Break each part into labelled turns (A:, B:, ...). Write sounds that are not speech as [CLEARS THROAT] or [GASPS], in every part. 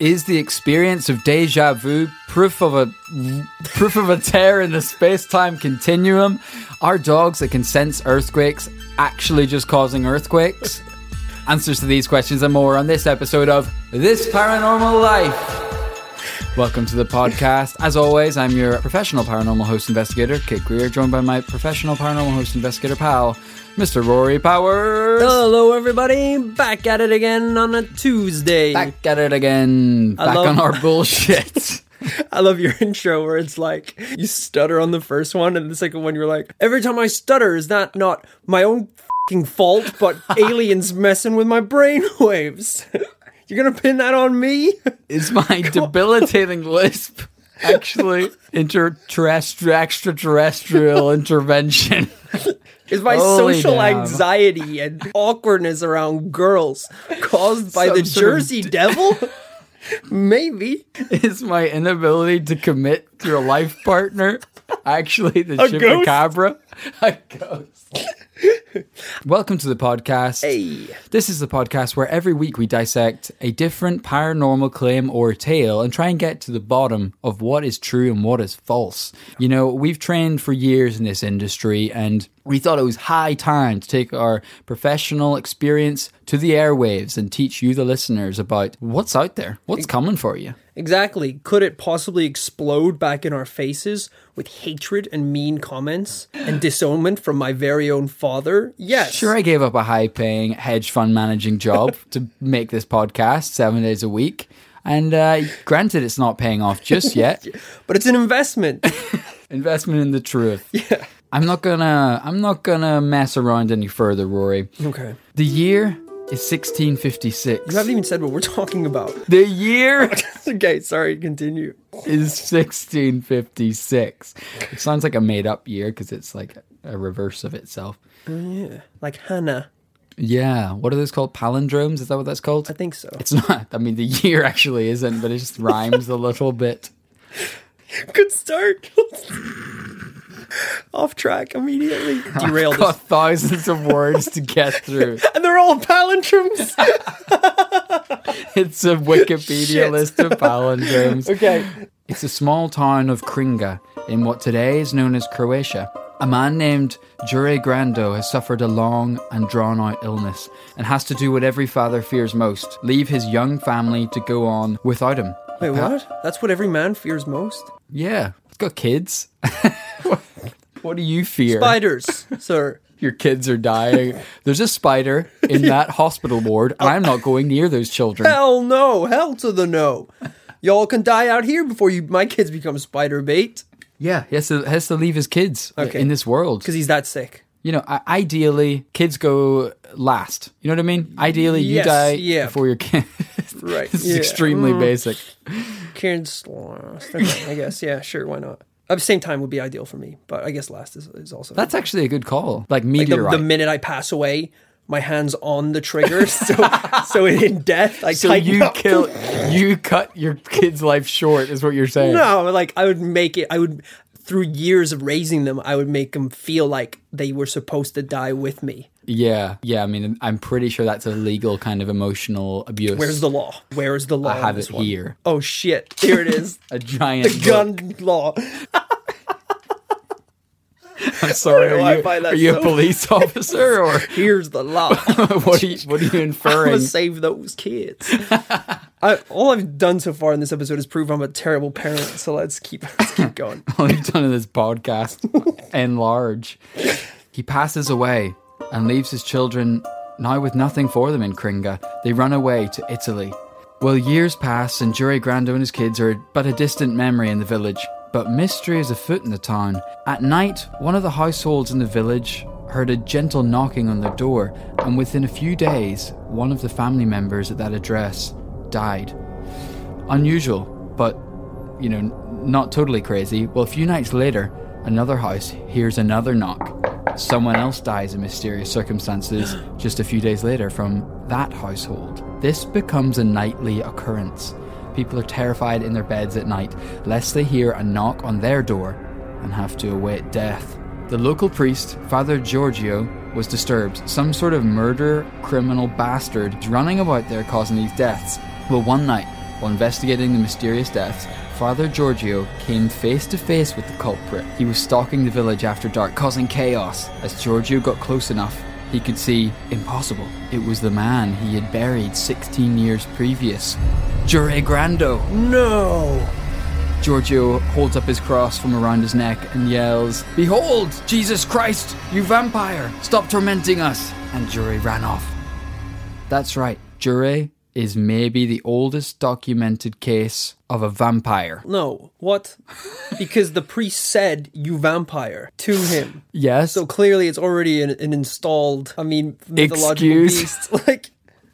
A: Is the experience of deja vu proof of a proof of a tear in the space-time continuum? Are dogs that can sense earthquakes actually just causing earthquakes? Answers to these questions and more on this episode of This Paranormal Life. Welcome to the podcast. As always, I'm your professional paranormal host investigator, Kate Greer, joined by my professional paranormal host investigator pal, Mr. Rory Powers.
B: Hello, everybody. Back at it again on a Tuesday.
A: Back at it again.
B: I
A: Back
B: love-
A: on our bullshit.
B: I love your [LAUGHS] intro where it's like you stutter on the first one, and the second one you're like, every time I stutter, is that not my own fing fault,
A: [LAUGHS]
B: but aliens messing with my brain [LAUGHS] waves? you're gonna pin that on me? [LAUGHS]
A: Is my debilitating lisp actually interterrestrial, extraterrestrial intervention? [LAUGHS]
B: Is my
A: Holy
B: social
A: damn.
B: anxiety and awkwardness around girls caused by
A: Some
B: the
A: sort of [LAUGHS]
B: Jersey Devil? Maybe.
A: Is my inability to commit to a life partner actually the
B: A ghost?
A: chupacabra? [LAUGHS] A ghost. Welcome to the podcast.
B: Hey.
A: This is the podcast where every week we dissect a different paranormal claim or tale and try and get to the bottom of what is true and what is false. You know, we've trained for years in this industry and we thought it was high time to take our professional experience to the airwaves and teach you, the listeners, about what's out there, what's coming for you.
B: Exactly. Could it possibly explode back in our faces with hatred and mean comments and disownment from my very own father? Yes.
A: Sure, I gave up a high paying hedge fund managing job [LAUGHS] to make this podcast seven days a week. And uh, granted, it's not paying off just yet.
B: But it's an investment. [LAUGHS]
A: Investment in the truth. Yeah. I'm not gonna. I'm not gonna mess around any further, Rory.
B: okay.
A: The year is
B: You
A: 1656.
B: haven't even said what we're talking about.
A: The year
B: [LAUGHS] okay, sorry, continue.
A: is 1656. It sounds like a made-up year because it's like a reverse of itself.
B: Like Hannah.
A: Yeah. What are those called? Palindromes? Is that what that's called?
B: I think so.
A: It's not. I mean, the year actually isn't, but it just rhymes a little bit.
B: [LAUGHS] Good start. [LAUGHS] Off track immediately. [LAUGHS] Derailed
A: Got
B: us.
A: thousands of words to get through.
B: And they're all palindromes.
A: It's a Wikipedia
B: Shit.
A: list of palindromes.
B: [LAUGHS] [LAUGHS] okay.
A: It's a small town of Kringa in what today is known as Croatia. A man named Jure Grando has suffered a long and drawn out illness and has to do what every father fears most leave his young family to go on without him.
B: Wait, what? That's what every man fears most?
A: Yeah, it's got kids. [LAUGHS] what do you fear?
B: Spiders, sir.
A: Your kids are dying. There's a spider in that hospital ward. I'm not going near those children.
B: Hell no, hell to the no. Y'all can die out here before you my kids become spider bait
A: Yeah, he has to, has to leave his kids
B: Okay.
A: in this world.
B: because he's that sick.
A: You know, i- ideally, kids go last. You know what I mean? Ideally, you
B: Yes,
A: die
B: yeah.
A: before your kids. [LAUGHS]
B: Right,
A: This is
B: yeah. Mm.
A: extremely basic.
B: Karen's last. Okay, I guess. Yeah, sure, why not? At the same time would be ideal for me, but I guess last is, is also
A: That's actually a good call. Like
B: Like, the,
A: meteorite.
B: [LAUGHS] the minute I pass away. My hands on the trigger, [LAUGHS] so so in death, I
A: so
B: tighten
A: you
B: up.
A: kill, you cut your kid's life short, is what you're saying.
B: [LAUGHS] No, like I would make it. I would through years of raising them, I would make them feel like they were supposed to die with me.
A: Yeah, yeah. I mean, I'm pretty sure that's a legal kind of emotional abuse.
B: Where's the law? Where is the law?
A: I
B: on
A: have
B: this
A: it
B: one?
A: here.
B: Oh shit! Here
A: [LAUGHS]
B: it is.
A: a giant book.
B: gun law.
A: [LAUGHS] I'm
B: [LAUGHS]
A: sorry.
B: do
A: Are
B: Oh, I
A: you,
B: find that
A: are you a
B: so- [LAUGHS]
A: police officer [LAUGHS] or
B: Here's the
A: [LAUGHS]
B: law.
A: what? Are you, what are you
B: I'm
A: inferring?
B: gonna save
A: [LAUGHS]
B: those kids. I, all I've done so far in this episode is prove I'm a terrible parent. So let's keep [LAUGHS] let's keep going.
A: [LAUGHS] all you've done in this podcast [LAUGHS] and large. He passes away and leaves his children now with nothing for them in Kringa. They run away to Italy. Well, years pass and Jure Grando and his kids are but a distant memory in the village. But mystery is afoot in the town. At night, one of the households in the village heard a gentle knocking on their door, and within a few days, one of the family members at that address died unusual, but you know, n- not totally crazy. Well, a few nights later, another house hears another knock. Someone else dies in mysterious circumstances just a few days later from that household. This becomes a nightly occurrence. People are terrified in their beds at night lest they hear a knock on their door and have to await death. The local priest, Father Giorgio, was disturbed. Some sort of murder criminal bastard running about there causing these deaths. Well, one night, While investigating the mysterious deaths, Father Giorgio came face to face with the culprit. He was stalking the village after dark, causing chaos. As Giorgio got close enough, he could see impossible. It was the man he had buried 16 years previous, Jure Grando.
B: No!
A: Giorgio holds up his cross from around his neck and yells, Behold, Jesus Christ, you vampire! Stop tormenting us! And Jure ran off. That's right, Jure is maybe the oldest documented case of a vampire.
B: No. What? because the priest said, you vampire, to him.
A: Yes?
B: So clearly it's already an, an installed, I mean, mythological
A: Excuse?
B: beast. [LAUGHS] Like,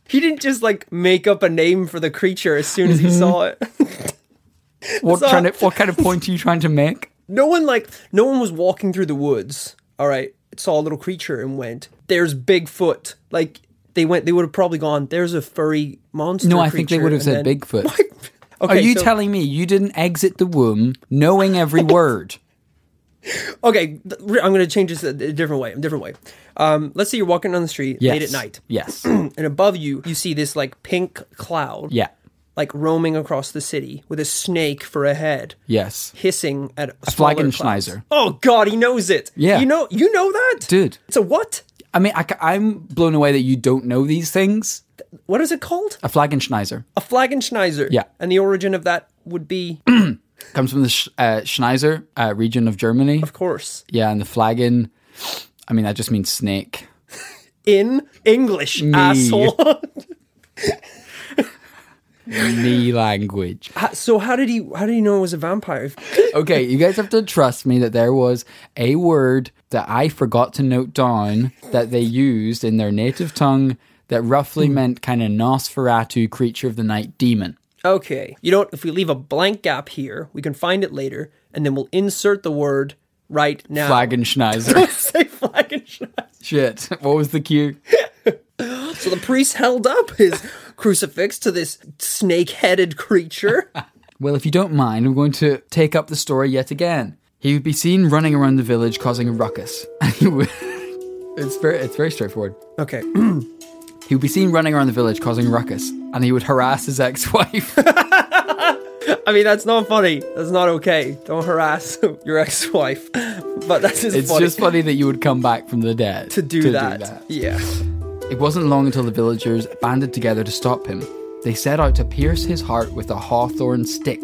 B: he didn't just, like, make up a name for the creature as soon as
A: Mm-hmm.
B: he saw it.
A: what,
B: so-
A: trying to, what kind of point are you trying to make?
B: No one like no one was walking through the woods. All right, saw a little creature and went. There's Bigfoot. Like they went, they would have probably gone. There's a furry monster.
A: No, I think they
B: creature,"
A: would have said
B: and then- [LAUGHS]
A: Bigfoot. are
B: Okay,
A: you
B: so-
A: telling me you didn't exit the womb knowing
B: [LAUGHS]
A: every word?
B: Okay, th- re- I'm going to change this a a different way. A different way. Um, let's say you're walking down the street
A: Yes.
B: late at night,
A: Yes.
B: and above you you see this like pink cloud,
A: yeah.
B: like roaming across the city with a snake for a head,
A: Yes.
B: hissing at a
A: Flagenschneiser.
B: Oh God, he knows it.
A: Yeah.
B: you know, you know that,
A: Dude.
B: It's a what?
A: I mean, I, ca- I'm blown away that you don't know these things.
B: What is it called?
A: A Flagenschneiser
B: a Flagenschneiser.
A: Yeah.
B: And the origin of that would be,
A: comes from the Sch- uh, Schneiser uh, region of Germany.
B: of course,
A: Yeah, and the Flagen, I mean, that just means snake.
B: in English, asshole.
A: Knee language.
B: so how did he how did he know it was a vampire? If-
A: Okay, you guys have to trust me that there was a word that I forgot to note down that they used in their native tongue that roughly meant kind of Nosferatu, creature of the night, demon.
B: okay. You know what? If we leave a blank gap here, we can find it later, and then we'll insert the word right now.
A: Flagenschneiser.
B: [LAUGHS] Say Flagenschneiser.
A: Shit. What was the cue?
B: So the priest held up his [LAUGHS] crucifix to this snake headed creature.
A: Well, if you don't mind, I'm going to take up the story yet again. He would be seen running around the village causing a ruckus. [LAUGHS] He would- it's very it's very straightforward.
B: Okay. [CLEARS THROAT]
A: He would be seen running around the village causing a ruckus, and he would harass his
B: [LAUGHS]
A: ex-wife.
B: I mean, that's not funny. That's not okay. Don't harass [LAUGHS] your ex wife. But that's just
A: It's
B: funny.
A: just funny that you would come back from the dead
B: to do, that. Yeah.
A: It wasn't long until the villagers banded together to stop him. They set out to pierce his heart with a hawthorn stick,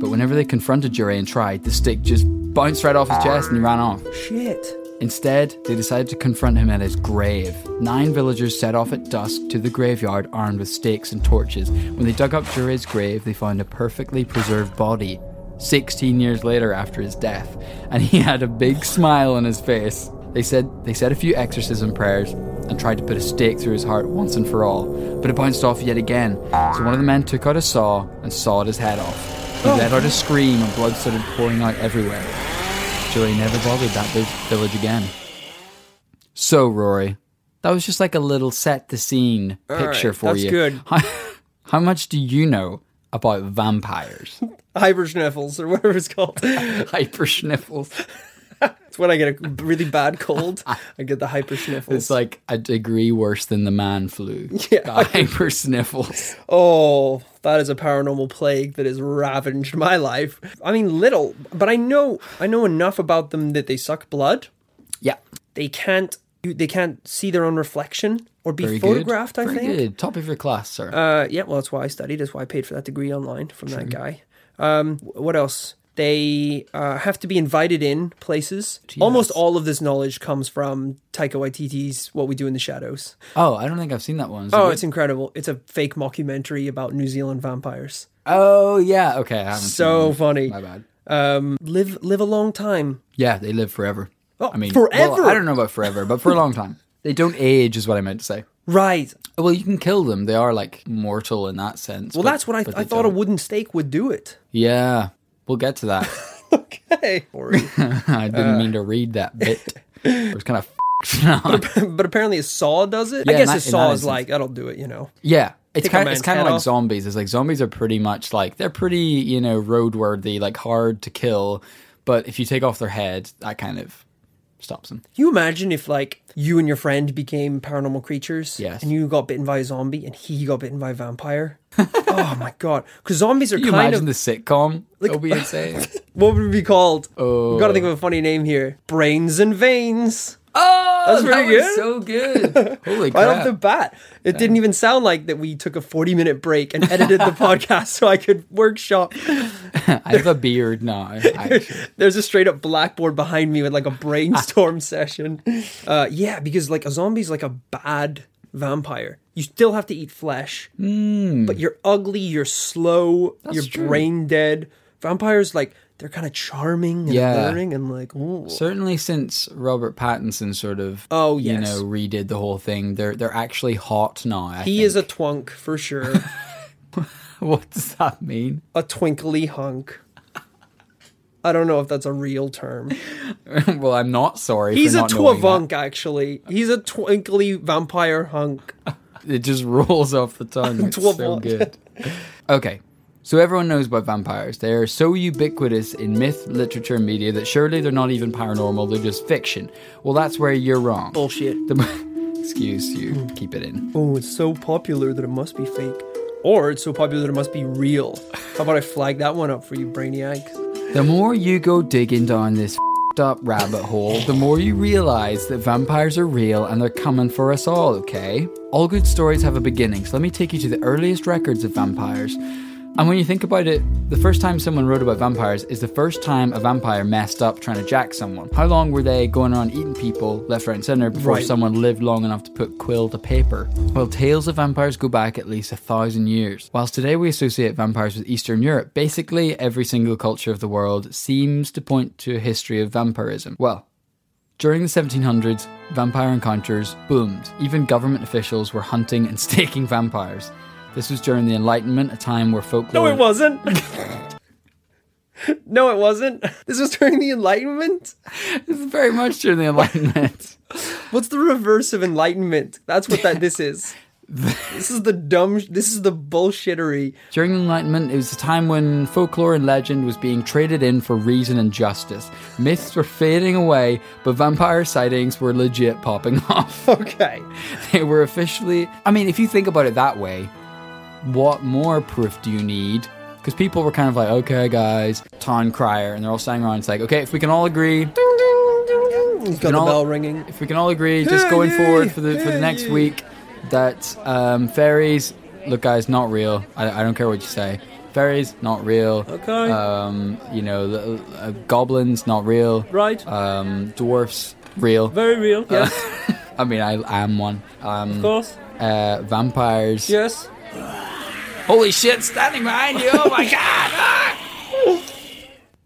A: but whenever they confronted Jure and tried, the stick just bounced right off his chest and he ran off.
B: Shit.
A: Instead, they decided to confront him at his grave. Nine villagers set off at dusk to the graveyard armed with stakes and torches. When they dug up Jure's grave, they found a perfectly preserved body. 16 years later after his death, and he had a big smile on his face. They said they said a few exorcism prayers and tried to put a stake through his heart once and for all, but it bounced off yet again. So one of the men took out a saw and sawed his head off. He let out a scream and blood started pouring out everywhere. Julie never bothered that big village again. So, Rory, that was just like a little set the scene picture
B: right,
A: for
B: that's
A: you.
B: good.
A: [LAUGHS] How, how much do you know about
B: [LAUGHS]
A: vampires?
B: Hyperschniffles or whatever
A: [LAUGHS]
B: it's called. It's
A: Hyper schniffles.
B: when I get a really bad
A: [LAUGHS]
B: cold. I get the hyperschniffles.
A: It's like a degree worse than the man flu.
B: [LAUGHS] Yeah.
A: The hyper sniffles.
B: oh, that is a paranormal plague that has ravaged my life. I mean, little, but I know I know enough about them that they suck blood.
A: Yeah.
B: They can't you- they can't see their own reflection or be
A: Very
B: photographed.
A: good.
B: I
A: Very
B: think.
A: good. Top of your class, sir.
B: Uh, yeah, well, that's why I studied. That's why I paid for that degree online from that guy. Um, wh- what else? They uh, have to be invited in places. Almost all of this knowledge comes from Taika Waititi's "What We Do in the Shadows."
A: oh, I don't think I've seen that one. Is it
B: Oh,
A: good?
B: it's incredible! It's a fake mockumentary about New Zealand vampires.
A: oh, yeah. Okay. I haven't
B: So funny.
A: seen it. My bad.
B: Live live a long time.
A: Yeah, they live forever.
B: Oh,
A: I mean,
B: forever!
A: Well, I don't know about forever, but for a long
B: [LAUGHS]
A: time. They don't age, is what I meant to say.
B: Right.
A: Well, you can kill them. They are like mortal in that sense.
B: Well, that's what I, I thought a
A: Of-
B: wooden stake would do it.
A: yeah, we'll get to that. [LAUGHS]
B: Okay. Sorry. [LAUGHS]
A: I
B: Uh.
A: didn't mean to read that bit. It was kind of now.
B: but apparently a saw does it.
A: Yeah,
B: I
A: in
B: guess
A: that-
B: a
A: in
B: saw
A: that
B: is
A: instance.
B: like that'll do it. You know.
A: Yeah, it's
B: Take a
A: kind of
B: man's
A: it's kind of
B: head
A: like
B: off.
A: zombies. It's like zombies are pretty much like they're pretty you know roadworthy, like hard to kill. But if you take off their head, that kind of stops him.
B: you imagine if like you and your friend became paranormal creatures?
A: Yes.
B: And you got bitten by a zombie and he got bitten by a vampire? [LAUGHS] oh my god. Because zombies are
A: Can you
B: kind
A: imagine
B: of
A: the sitcom? It'll
B: [LAUGHS]
A: be insane.
B: what would it be called? Oh. We gotta think of a funny name here. Brains and veins.
A: oh,
B: That's pretty
A: that was so
B: good. [LAUGHS]
A: good. Holy
B: Right
A: crap!
B: off the bat. It didn't even sound like that we took a 40 minute break and
A: [LAUGHS]
B: edited the podcast so I could workshop.
A: [LAUGHS] I have a beard now.
B: [LAUGHS]
A: actually.
B: There's a straight up blackboard behind me with like
A: [LAUGHS]
B: a brainstorm session. Uh, yeah, because like a zombie's like a bad vampire. You still have to eat flesh, but you're ugly, you're slow, you're
A: Hmm. true.
B: brain dead. Vampires, like, they're kind of charming and
A: Yeah.
B: alluring and like, ooh.
A: Certainly, since Robert Pattinson sort of,
B: Oh,
A: you
B: yes.
A: know, redid the whole thing, they're they're actually hot now. I
B: he
A: think.
B: is a twunk for sure,
A: [LAUGHS] What does that mean? [LAUGHS]
B: a twinkly hunk. I don't know if that's a real term.
A: well, I'm not sorry.
B: He's
A: for
B: a
A: not knowing that.
B: twavunk, actually. He's a twinkly vampire hunk.
A: It just [LAUGHS] rolls off the tongue.
B: [LAUGHS]
A: It's so
B: Twavunk.
A: good. Okay. So everyone knows about vampires. They are so ubiquitous in myth, literature, and media that surely they're not even paranormal, they're just fiction. Well, that's where you're wrong.
B: Bullshit.
A: The [LAUGHS] mo- Excuse you. Keep it in.
B: Oh, it's so popular that it must be fake. Or it's so popular that it must be real. How about I flag that one up for you, Brainiac?
A: The more you go digging down this f***ed up rabbit hole, the more you realize that vampires are real and they're coming for us all, okay? All good stories have a beginning, so let me take you to the earliest records of vampires. And when you think about it, the first time someone wrote about vampires is the first time a vampire messed up trying to jack someone. How long were they going around eating people left, right, and center before
B: Right.
A: someone lived long enough to put quill to paper? Well, tales of vampires go back at least a thousand years. Whilst today we associate vampires with Eastern Europe, basically every single culture of the world seems to point to a history of vampirism. Well, during the 1700s, vampire encounters boomed. Even government officials were hunting and [LAUGHS] staking vampires. This was during the Enlightenment, a time where
B: No,
A: folklore.
B: it wasn't. [LAUGHS] no, it wasn't. [LAUGHS] This was during the Enlightenment?
A: [LAUGHS] very much during the Enlightenment.
B: What's the reverse of Enlightenment? That's what that this [LAUGHS] is. This is the dumb, this is the bullshittery.
A: during the Enlightenment, it was a time when folklore and legend was being traded in for reason and justice. Myths were fading away, but vampire sightings were legit popping [LAUGHS] off.
B: Okay.
A: they were officially. I mean, if you think about it that way, what more proof do you need? Because people were kind of like, okay, guys, Ton Crier, and they're all standing around. It's like, okay, if we can all agree,
B: He's got the
A: all-
B: bell ringing.
A: if we can all agree, just
B: Hey,
A: going
B: yay!
A: forward for the for the
B: Hey,
A: next
B: yay!
A: week, that um, fairies. Look, guys, not real. I, I don't care what you say. Fairies, not real.
B: Okay.
A: Um, you know, the, uh, goblins, not real.
B: Right.
A: Um, dwarfs, real.
B: Very real.
A: uh,
B: Yes,
A: I mean, I, I am one. Um, [LAUGHS]
B: course.
A: uh, vampires.
B: Yes.
A: Holy shit! Standing behind you. Oh my [LAUGHS] god.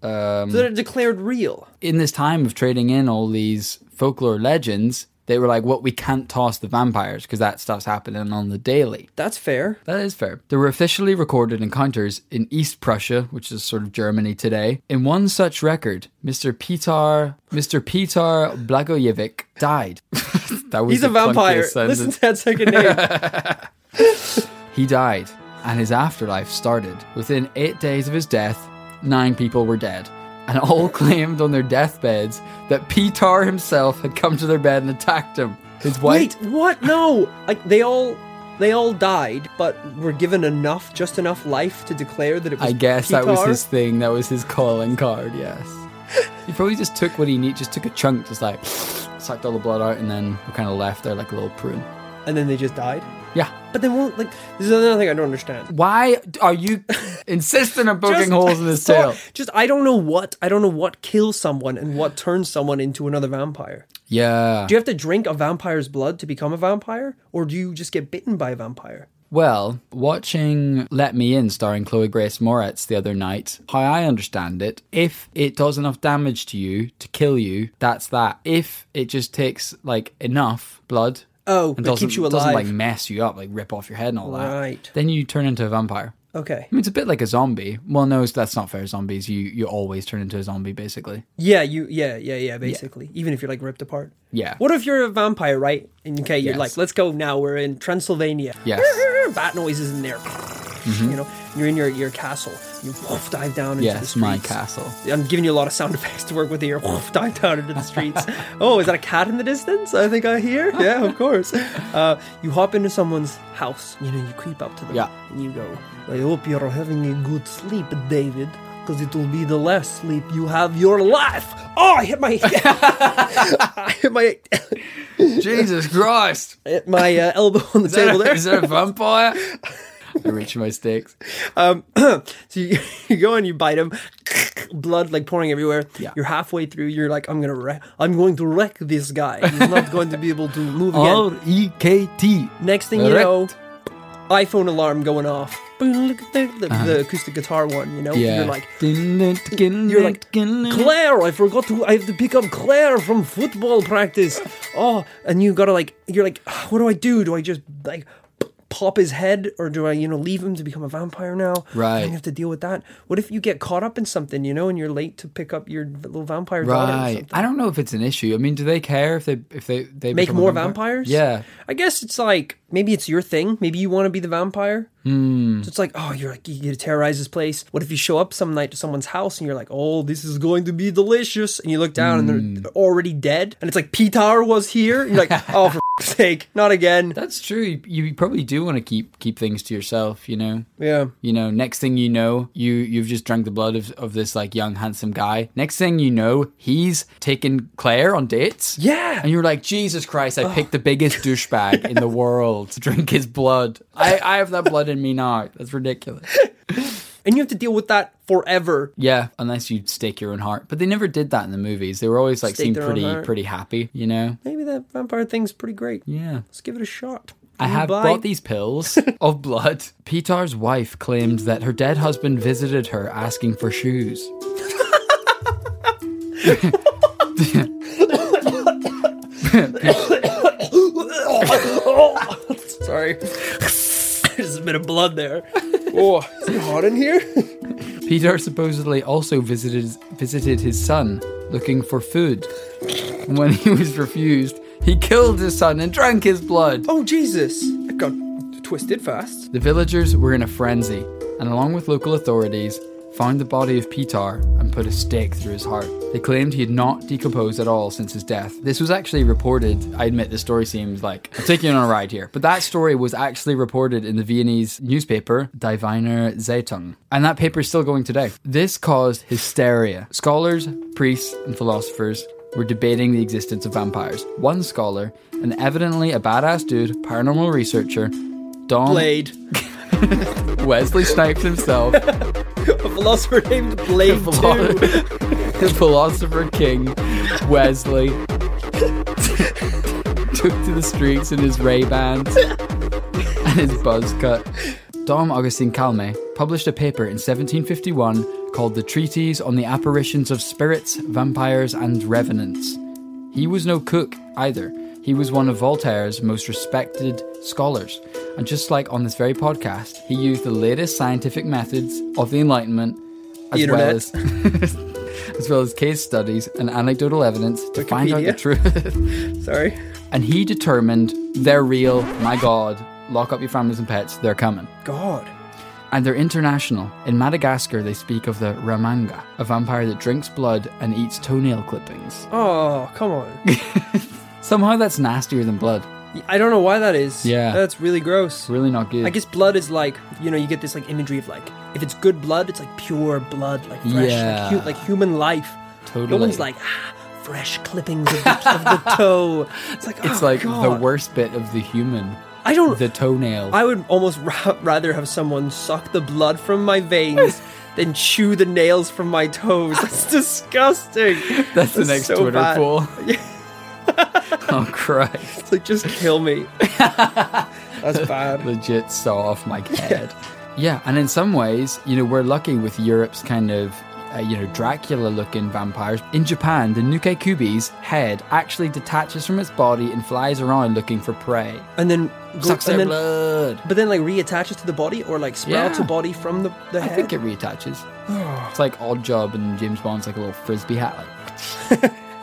A: um,
B: They're declared real.
A: in this time of trading in all these folklore legends, they were like, "What we can't toss the vampires because that stuff's happening on the daily."
B: That's fair.
A: That is fair. There were officially recorded encounters in East Prussia, which is sort of Germany today. In one such record, Mr. Petar Mr. Petar Blagojevic died. [LAUGHS] that was
B: He's
A: the
B: a vampire.
A: clunkiest sentence.
B: Listen to that second name.
A: He died, and his afterlife started. Within eight days of his death, nine people were dead, and all [LAUGHS] claimed on their deathbeds that Petar himself had come to their bed and attacked him. His wife
B: Wait, what? No, like they all, they all died, but were given enough, just enough life to declare that it was.
A: I guess that was
B: Pitar?
A: his thing. That was his calling card. Yes. He probably just took what he needed. Just took a chunk. Just like [SNIFFS] sucked all the blood out, and then kind of left there like a little prune.
B: And then they just died.
A: Yeah.
B: But then, won't like this is another thing I don't understand.
A: Why d- are you [LAUGHS] insisting on poking holes in
B: [LAUGHS]
A: his tail?
B: Just I don't know what I don't know what kills someone and what turns someone into another vampire.
A: Yeah.
B: Do you have to drink a vampire's blood to become a vampire, or do you just get bitten by a vampire?
A: Well, watching Let Me In starring Chloe Grace Moretz the other night, how I understand it, if it does enough damage to you to kill you, that's that. If it just takes like enough blood
B: Oh,
A: and
B: that
A: doesn't,
B: keeps you
A: doesn't like
B: alive.
A: mess you up, like rip off your head and all
B: Right.
A: that, then you turn into a vampire.
B: Okay.
A: I mean, it's a bit like a zombie. Well, no, that's not fair. Zombies, you you always turn into a zombie, basically.
B: Yeah, you. Yeah, yeah, yeah. Basically, even if you're like ripped apart.
A: Yeah.
B: What if you're a vampire, right? And okay, you're
A: Yes.
B: [LAUGHS] like, let's go now. We're in Transylvania.
A: Yes. Mm-hmm.
B: Bat noises in there. You know, You're in your, your castle. You woof, dive down into the
A: Yes,
B: streets.
A: my
B: [LAUGHS]
A: castle.
B: I'm giving you a lot of sound [LAUGHS] effects to work with here. Woof, dive down into
A: [LAUGHS]
B: the streets. oh, is that a cat in the distance? I think I hear. Yeah, of course. Uh, you hop into someone's house. You know, you creep up to them.
A: Yeah.
B: And you go, I hope you're having a good sleep, David. Because it will be the last sleep you have your life. Oh, I hit my, [LAUGHS] I hit my, [LAUGHS]
A: Jesus Christ!
B: I hit my uh, elbow on the
A: Is that,
B: table
A: a, [LAUGHS]
B: there.
A: is
B: [LAUGHS]
A: that a vampire? I reach for my sticks.
B: [CLEARS THROAT] So you, [LAUGHS] you go and you bite him, [CLEARS THROAT] blood like pouring everywhere.
A: Yeah.
B: You're halfway through. You're like, I'm gonna, wreck, I'm going to wreck this guy. He's
A: [LAUGHS]
B: not going to be able to move again.
A: R E K T.
B: Next thing you
A: Wrecked.
B: know, iPhone alarm going off. The, the acoustic guitar one, you know.
A: Uh-huh. Yeah.
B: You're like,
A: You're
B: you're like,
A: Mm-hmm.
B: Claire, I forgot to. I have to pick up Claire from football practice. Oh, and you gotta like, you're like, "Ah, what do I do? Do I just like p- pop his head, or do I, you know, leave him to become a vampire now?
A: Right.
B: And you have to deal with that. What if you get caught up in something, you know, and you're late to pick up your little vampire daughter? Or
A: Right.
B: something?
A: I don't know if it's an issue. I mean, do they care if they if they they
B: Make
A: become a
B: more
A: vampire?
B: vampires?
A: Yeah.
B: I guess it's like maybe it's your thing. Maybe you want to be the vampire.
A: Hmm.
B: So it's like, oh, you're like you get to terrorize this place. What if you show up some night to someone's house and you're like, oh, this is going to be delicious, and you look down
A: Hmm.
B: and they're, they're already dead, and it's like Petar was here. And you're
A: [LAUGHS]
B: like, oh, for f- sake, not again.
A: That's true. You, you probably do want to keep keep things to yourself. You know.
B: Yeah.
A: You know. Next thing you know, you you've just drank the blood of of this like young handsome guy. Next thing you know, he's taking Claire on dates.
B: Yeah.
A: And you're like, Jesus Christ! I picked the biggest douchebag in
B: [LAUGHS]
A: the world to drink his blood. I, I have that blood in me now. That's ridiculous.
B: And you have to deal with that forever.
A: Yeah, unless you stake your own heart. But they never did that in the movies. They were always like
B: Stake
A: seemed
B: their own
A: pretty
B: heart.
A: pretty happy. You know.
B: Maybe that vampire thing's pretty great.
A: Yeah.
B: Let's give it a shot.
A: I
B: You
A: have
B: buy-
A: bought these pills
B: [LAUGHS]
A: of blood. Petar's wife claimed that her dead husband visited her asking for shoes.
B: Sorry. [LAUGHS] There's a bit of blood there. [LAUGHS] Oh, is it hot in here? [LAUGHS]
A: Petar supposedly also visited visited his son looking for food. And when he was refused, he killed his son and drank his blood.
B: Oh, Jesus. It got twisted fast.
A: The villagers were in a frenzy, and along with local authorities, found the body of Petar and put a stake through his heart. They claimed he had not decomposed at all since his death. This was actually reported. I admit the story seems like I'm taking you on a ride here, but that story was actually reported in the Viennese newspaper Die Wiener Zeitung, and that paper is still going today. This caused hysteria. Scholars, priests, and philosophers were debating the existence of vampires. One scholar, an evidently a badass dude, paranormal researcher, Don
B: Blade.
A: Wesley Snipes himself,
B: A philosopher named
A: [LAUGHS]
B: Blade
A: philo-
B: too.
A: the philosopher king, Wesley, took to the streets in his Ray Bans and his buzz cut. Dom Augustin Calme published a paper in 1751 called The Treatise on the Apparitions of Spirits, Vampires, and Revenants. He was no cook either. He was one of Voltaire's most respected scholars. And just like on this very podcast, he used the latest scientific methods of the Enlightenment as well
B: Internet.
A: as as well as case studies and anecdotal evidence to find out the truth. [LAUGHS]
B: Sorry.
A: and he determined they're real, my god, lock up your families and pets, they're coming.
B: God.
A: And they're international. In Madagascar, they speak of the Ramanga, a vampire that drinks blood and eats toenail clippings.
B: Oh, come on.
A: [LAUGHS] Somehow that's nastier than blood.
B: I don't know why that is.
A: Yeah.
B: That's really gross.
A: It's really not good.
B: I guess blood is like, you know, you get this like imagery of like, if it's good blood, it's like pure blood, like fresh,
A: Yeah.
B: like, hu- like human life.
A: totally.
B: No one's like, ah, fresh clippings of the,
A: [LAUGHS]
B: of the toe. It's like,
A: it's
B: oh,
A: like
B: God.
A: the worst bit of the human,
B: I don't,
A: the toenail.
B: I would almost [LAUGHS] ra- rather have someone suck the blood from
A: [LAUGHS]
B: my veins than chew the nails from my toes. That's disgusting.
A: that's the next
B: so
A: Twitter
B: bad. [LAUGHS]
A: poll. [LAUGHS] oh, Christ.
B: It's like, just
A: [LAUGHS]
B: kill me. That's bad.
A: legit saw off
B: [LAUGHS]
A: my head. Yeah, and in some ways, you know, we're lucky with Europe's kind of, uh, you know, Dracula-looking vampires. In Japan, the Nuke Kubi's head actually detaches from its body and flies around looking for prey.
B: And then, go,
A: Sucks
B: and
A: their
B: then
A: blood.
B: but then like reattach it to the body or like sprout
A: Yeah.
B: a body from the, the
A: I
B: head.
A: think it
B: [SIGHS]
A: reattaches. it's like Odd Job and James Bond's like a little frisbee hat. Like,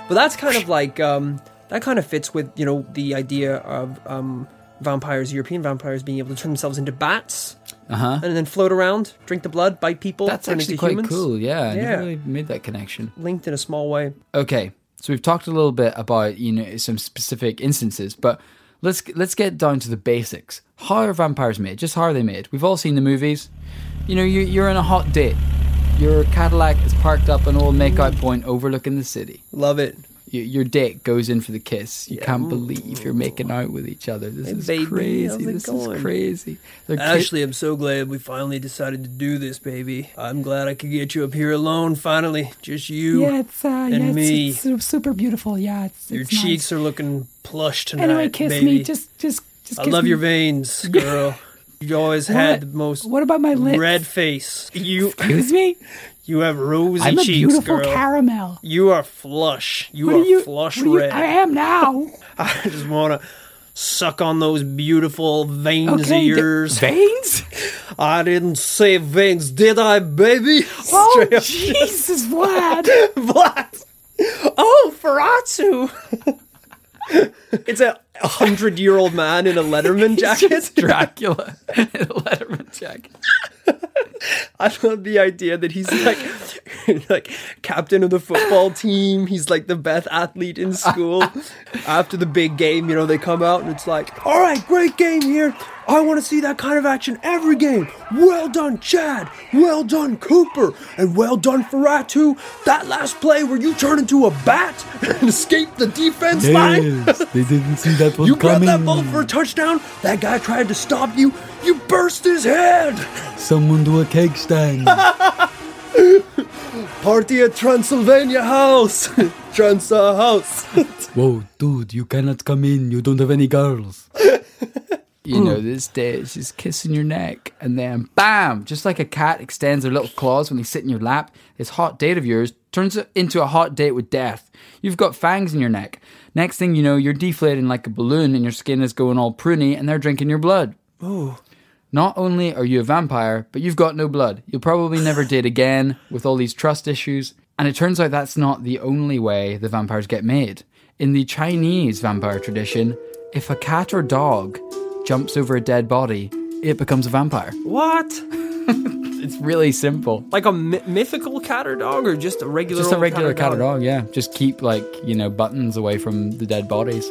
B: but that's kind of like um, that kind of fits with you know the idea of um, vampires, European vampires, being able to turn themselves into bats
A: Uh huh.
B: and then float around, drink the blood, bite people,
A: That's
B: turn
A: actually
B: into
A: quite
B: humans.
A: cool. Yeah, I
B: Yeah.
A: never really made that connection.
B: Linked in a small way.
A: Okay, so we've talked a little bit about you know some specific instances, but let's let's get down to the basics. How are vampires made? Just how are they made? We've all seen the movies. You know, you, you're in a hot date. Your Cadillac is parked up an old makeout point overlooking the city.
B: Love it.
A: Your, your date goes in for the kiss. You
B: Yeah.
A: can't believe you're making out with each other. This is
B: baby, how's
A: crazy.
B: it
A: This
B: going?
A: is crazy. They're ki-
B: Ashley, I'm so glad we finally decided to do this, baby. I'm glad I could get you up here alone, finally. Just you.
C: Yeah, it's uh, yeah, it's,
B: me.
C: it's su- super beautiful. Yeah, it's,
B: Your
C: it's
B: cheeks are looking plush tonight,
C: Nice. Anyway, kiss
B: baby.
C: me. Just, just, just.
B: I
C: kiss
B: love
C: me. [LAUGHS]
B: your veins, girl. you always had
C: What?
B: the most
C: What about my lips?
B: red face. You
C: Excuse me.
B: you have rosy
C: I'm a
B: cheeks,
C: beautiful
B: girl.
C: caramel.
B: you are flush. You
C: What
B: are
C: are you?
B: flush
C: what are you-
B: red.
C: I am now.
B: I just want to suck on those beautiful veins
C: Okay.
B: of
C: d-
A: [LAUGHS]
B: yours.
C: veins.
B: I didn't say veins, did I, baby? [LAUGHS]
C: Oh
B: Straight
A: [LAUGHS]
B: up
C: Jesus, Vlad.
B: [LAUGHS] Vlad. Oh, Ferratu. it's a hundred-year-old man in a Letterman
C: [LAUGHS]
B: jacket.
A: Dracula, [LAUGHS] Letterman Jack.
B: I love the idea that he's like, [LAUGHS] like captain of the football team. He's like the best athlete in school. After the big game, you know, they come out and it's like, all right, great game here. I want to see that kind of action every game. Well done, Chad. Well done, Cooper. And well done, Ferratu. That last play where you turn into a bat [LAUGHS] and escape the defense line.
A: they didn't see that one
B: You grabbed that ball for a touchdown. That guy tried to stop you. You burst his head. [LAUGHS]
A: Someone do a cake stand.
B: Party at Transylvania House! [LAUGHS] Transa House!
A: Whoa, dude, you cannot come in. You don't have any girls. you know,
C: Mm.
A: this day it's just kissing your neck, and then bam! Just like a cat extends their little claws when they sit in your lap, this hot date of yours turns it into a hot date with death. You've got fangs in your neck. Next thing you know, you're deflating like a balloon, and your skin is going all pruny, and they're drinking your blood. Not only are you a vampire, but you've got no blood. You'll probably never date again with all these trust issues. And it turns out that's not the only way the vampires get made. In the Chinese vampire tradition, if a cat or dog jumps over a dead body, it becomes a vampire.
B: [LAUGHS] What?
A: It's really simple.
B: Like a mi- mythical cat or dog or just a regular
A: Just a
B: old
A: regular cat or dog, yeah. Just keep, like, you know, buttons away from the dead bodies.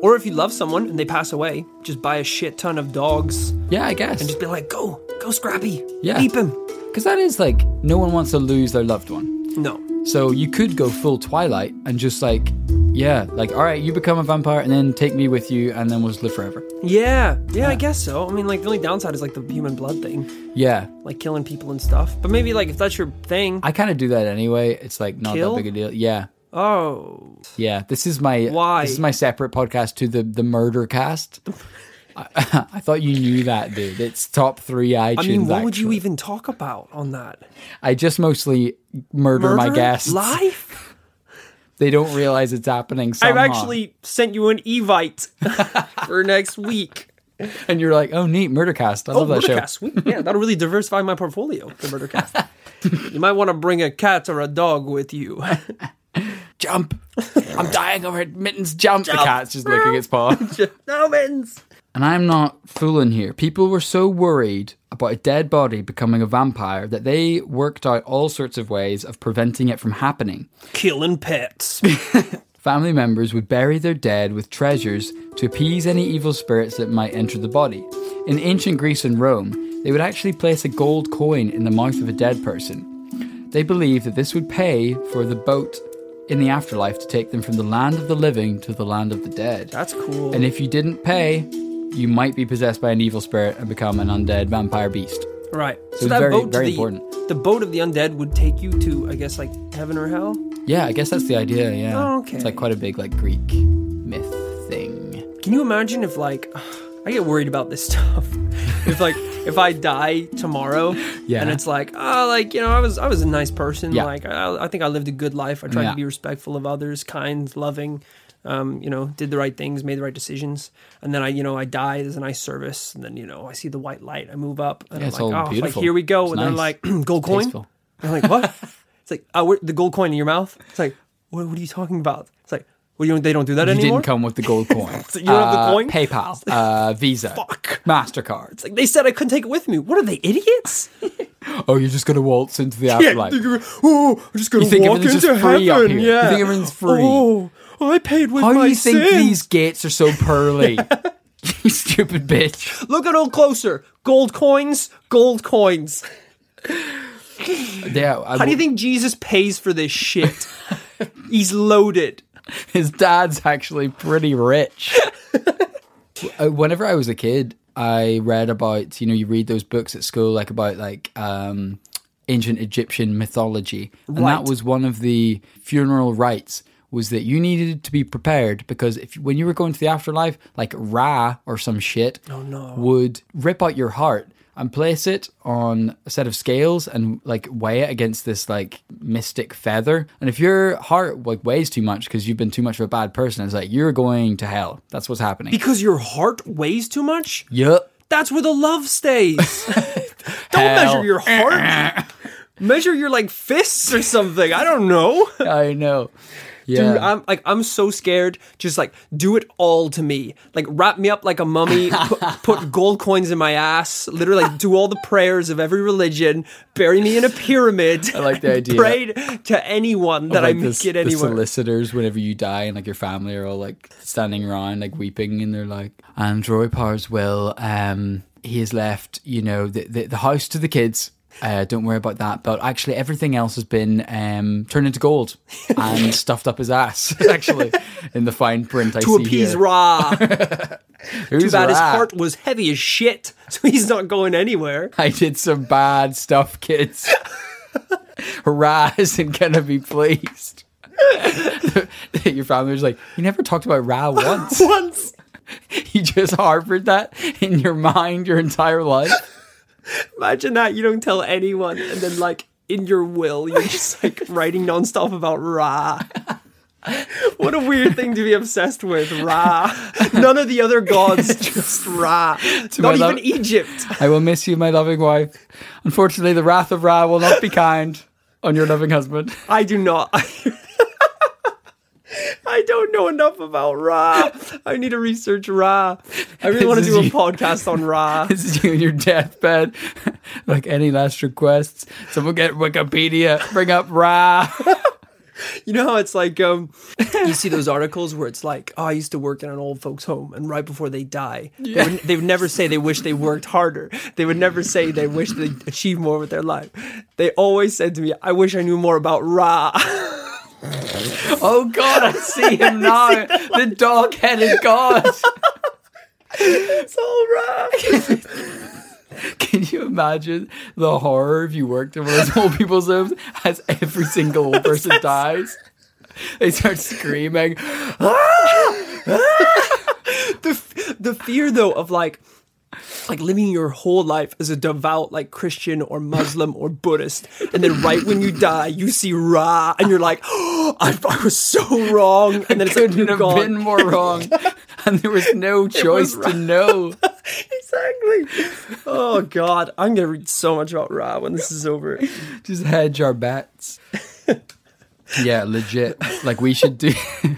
B: Or if you love someone and they pass away, just buy a shit ton of dogs
A: Yeah, I
B: and
A: guess.
B: just be like, go, go Scrappy.
A: Yeah.
B: Keep him.
A: Because that is, like, no one wants to lose their loved one.
B: No.
A: So you could go full Twilight and just like, yeah, like, all right, you become a vampire and then take me with you and then we'll just live forever.
B: Yeah, yeah, I guess so. I mean, like, the only downside is like the human blood thing,
A: Yeah.
B: like killing people and stuff. But maybe, like, if that's your thing,
A: I kind of do that anyway. It's like not
B: Kill?
A: that big a deal. Yeah.
B: oh,
A: Yeah. This is my
B: Why?
A: This is my separate podcast to the the murder
B: [LAUGHS]
A: cast. [LAUGHS] I, I thought you knew that, dude. It's top three iTunes.
B: I mean, what would you
A: actually.
B: even talk about on that?
A: I just mostly murder, my
B: Murder?
A: guests.
B: Life?
A: They don't realize it's happening. Somehow.
B: I've actually sent you an
A: [LAUGHS]
B: evite for next week.
A: and you're like, oh neat, Murdercast. I love that
B: Murdercast, sweet. Yeah, that'll really diversify my portfolio, the
A: [LAUGHS]
B: Murdercast. you might want to bring a cat or a dog
A: [LAUGHS]
B: with you.
A: show. Jump! I'm dying over it. Mittens, jump! The cat's just licking its paw.
B: no, Mittens.
A: And I'm not fooling here. People were so worried about a dead body becoming a vampire that they worked out all sorts of ways of preventing it from happening.
B: Killing pets.
A: Family members would bury their dead with treasures to appease any evil spirits that might enter the body. In ancient Greece and Rome, they would actually place a gold coin in the mouth of a dead person. They believed that this would pay for the boat in the afterlife to take them from the land of the living to the land of the dead.
B: That's cool.
A: And if you didn't pay, you might be possessed by an evil spirit and become an undead vampire beast.
B: right.
A: it's
B: that
A: very-
B: boat to
A: very
B: the,
A: important.
B: The boat of the undead would take you to, I guess, like heaven or hell.
A: Yeah, I guess that's the idea. Yeah.
B: Oh, okay.
A: It's like quite a big like Greek myth thing.
B: Can you imagine if, like, [SIGHS] I get worried about this [LAUGHS] stuff. if, like, if I die tomorrow,
A: Yeah.
B: and it's like, oh, like you know, I was I was a nice person.
A: Yeah.
B: Like, I, I think I lived a good life. I tried
A: Yeah.
B: to be respectful of others, kind, loving. Um, you know, did the right things, made the right decisions, and then I, you know, I die. There's a nice service, and then you know, I see the white light. I move up, and
A: Yeah,
B: I'm
A: it's
B: like,
A: all
B: oh, like
A: beautiful.
B: here we go.
A: It's
B: and
A: nice.
B: they're like, [CLEARS THROAT] gold coin.
A: tasteful. [LAUGHS]
B: I'm like, what? it's like, oh, where- the gold coin in your mouth. It's like, what, what are you talking about? It's like, what
D: Well, you, they don't do that
A: You
D: anymore.
A: didn't come with the gold coin.
D: [LAUGHS] you don't have the
A: Uh,
D: coin? [LAUGHS]
A: PayPal, uh, Visa,
D: Fuck.
A: Mastercard.
D: Like, they said I couldn't take it with me. What are they idiots?
A: Oh, you're just gonna waltz into the afterlife.
D: think of- oh, I'm just gonna
A: You think
D: walk
A: everything's
D: into
A: just free up
D: heaven.
A: here. You
D: Yeah,
A: think everything's free.
D: Oh, I paid with
A: How
D: my
A: do you think
D: sins.
A: these gates are so
D: [LAUGHS]
A: pearly? you stupid bitch.
D: Look at all closer. Gold coins, gold coins.
A: Yeah, I
D: How do you think Jesus pays for this [LAUGHS] shit? He's loaded.
A: his dad's actually pretty rich. Uh, Whenever I was a kid, I read about you know you read those books at school like about like um, ancient Egyptian mythology, and that
D: Right.
A: was one of the funeral rites was that you needed to be prepared because if when you were going to the afterlife, like Ra or some shit, would rip out your heart and place it on a set of scales and like weigh it against this like mystic feather. And if your heart like weighs too much because you've been too much of a bad person, it's like you're going to hell. That's what's happening.
D: Because your heart weighs too much?
A: Yup.
D: That's where the love stays. Don't
A: Hell.
D: measure your heart. [LAUGHS] measure your like [LAUGHS] fists or something. I don't know.
A: I know. Yeah.
D: Dude, I'm like I'm so scared. Just like do it all to me. Like wrap me up like a mummy. put, put
A: [LAUGHS]
D: gold coins in my ass. Literally like, do all the prayers of every religion. Bury me in a pyramid. I
A: like the idea.
D: Pray to anyone that I
A: like
D: meet
A: this-
D: get
A: the
D: anywhere.
A: solicitors, whenever you die, and like your family are all like standing around, like weeping, and they're like, "And Roy Parr's will, um, he has left, you know, the the, the house to the kids. Uh, don't worry about that. But actually, everything else has been um, turned into
D: [LAUGHS]
A: gold and stuffed up his ass. Actually, in the fine print, I
D: To
A: see
D: appease
A: here. [LAUGHS]
D: Ra.
A: Who's
D: Too bad his
A: Ra?
D: heart was heavy as shit, so he's not going anywhere.
A: [LAUGHS] I did some bad stuff, kids. Ra isn't gonna be pleased. [LAUGHS] Your family was like, you never talked about Ra once. [LAUGHS]
D: Once
A: you just harbored that in your mind your entire life.
D: imagine that you don't tell anyone, and then like in your
A: [LAUGHS]
D: will you're just like writing nonstop about Ra. What a weird thing to be obsessed with,
A: [LAUGHS]
D: Ra. None of the other gods, just Ra. Not
A: my love-
D: even Egypt.
A: I will miss you, my loving wife. Unfortunately, the wrath of Ra will not be kind on your loving husband. [LAUGHS]
D: I do not. [LAUGHS] I don't know enough about Ra. I need to research Ra. I really want to
A: This
D: do
A: is
D: a
A: you-
D: podcast on Ra.
A: [LAUGHS] This is you in your deathbed. [LAUGHS] like any last requests, someone get Wikipedia, bring up Ra.
D: You know how it's like um, you see those articles where it's like, oh, I used to work in an old folks' home, and right before they die, they, would, they would never say they wish they worked harder. They would never say they wish they achieved more with their life. They always said to me, I wish I knew more about Ra.
A: Oh God, [LAUGHS] I see him now. The dog-headed God.
D: [LAUGHS] it's all Ra.
A: Can you imagine the horror if you worked in one of those old people's homes as every single
D: [LAUGHS]
A: old person dies? They start screaming.
D: the f- the fear though of like like living your whole life as a devout like Christian or Muslim or Buddhist, and then right when you die, you see Ra, and you're like, [GASPS] oh, I, I was so wrong, and then it's like
A: couldn't
D: you're
A: have
D: gone.
A: been more
D: [LAUGHS]
A: wrong. and there was no choice to
D: right.
A: know.
D: exactly. Oh God, I'm gonna read so much about Ra when this is over.
A: Just hedge our bets. yeah, legit. Like we should do. [LAUGHS]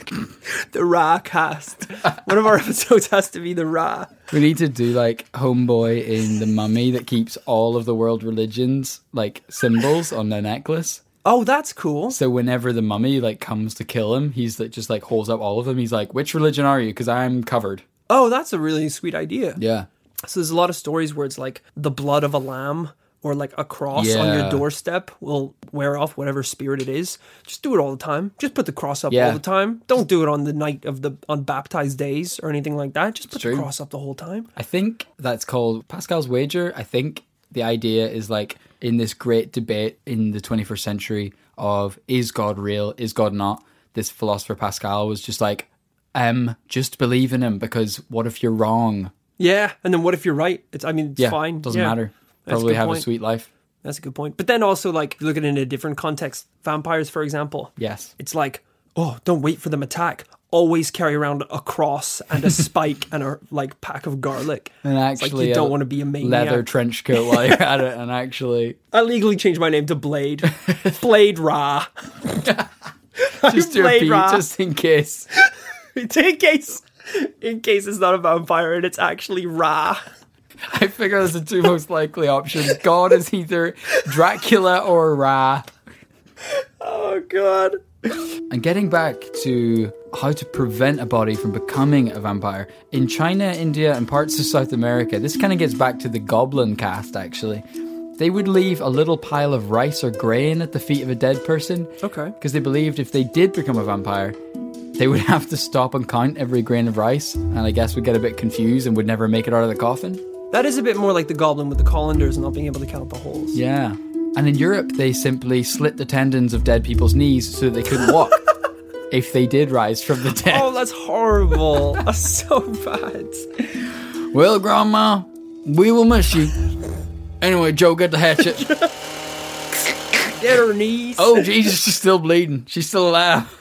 D: The Ra cast. One of our [LAUGHS] episodes has to be the Ra.
A: we need to do like homeboy in the mummy that keeps all of the world religions like symbols on their necklace.
D: Oh, that's cool.
A: So whenever the mummy like comes to kill him, he's like just like holds up all of them. He's like, "Which religion are you? Because I'm covered."
D: Oh, that's a really sweet idea.
A: Yeah.
D: So there's a lot of stories where it's like the blood of a lamb or like a cross on
A: Yeah.
D: your doorstep will wear off whatever spirit it is. Just do it all the time. Just put the cross up
A: Yeah.
D: all the time. Don't do it on the night of the unbaptized days or anything like that. Just put
A: true.
D: the cross up the whole time.
A: I think that's called Pascal's wager. I think the idea is like in this great debate in the 21st century of is God real, is God not? This philosopher Pascal was just like, um, just believe in him because what if you're wrong?
D: Yeah. And then what if you're right? It's I mean it's
A: Yeah,
D: fine.
A: doesn't
D: Yeah.
A: matter.
D: That's a
A: Probably
D: good
A: have a
D: point.
A: sweet life.
D: That's a good point. But then also like if you look at it in a different context, vampires for example.
A: Yes,
D: It's like, oh, don't wait for them attack. Always carry around a cross
A: [LAUGHS]
D: and a spike and a like pack of garlic.
A: and
D: It's
A: actually,
D: like you
A: a
D: don't want to be a maniac.
A: leather trench coat while [LAUGHS] you're at it, and actually
D: I legally changed my name to Blade.
A: [LAUGHS]
D: Blade Ra. [LAUGHS]
A: just do a [LAUGHS]
D: Blade
A: pee
D: Ra.
A: just in case.
D: in case, in case it's not a vampire and it's actually Ra.
A: I figure those are the two most likely options. God is either Dracula or Ra.
D: Oh god.
A: And getting back to how to prevent a body from becoming a vampire, in China, India, and parts of South America, this kind of gets back to the goblin cast actually. They would leave a little pile of rice or grain at the feet of a dead person.
D: Okay.
A: Because they believed if they did become a vampire, they would have to stop and count every grain of rice, and I guess would get a bit confused and would never make it out of the coffin.
D: That is a bit more like the goblin with the colanders and not being able to count the holes.
A: Yeah. And in Europe, they simply slit the tendons of dead people's knees so that they couldn't walk if they did rise from the dead.
D: Oh, that's horrible. [LAUGHS] that's so bad.
A: Well, Grandma, we will miss you. Anyway, Joe, get the hatchet.
D: Get her knees.
A: oh, Jesus, she's still bleeding. She's still alive.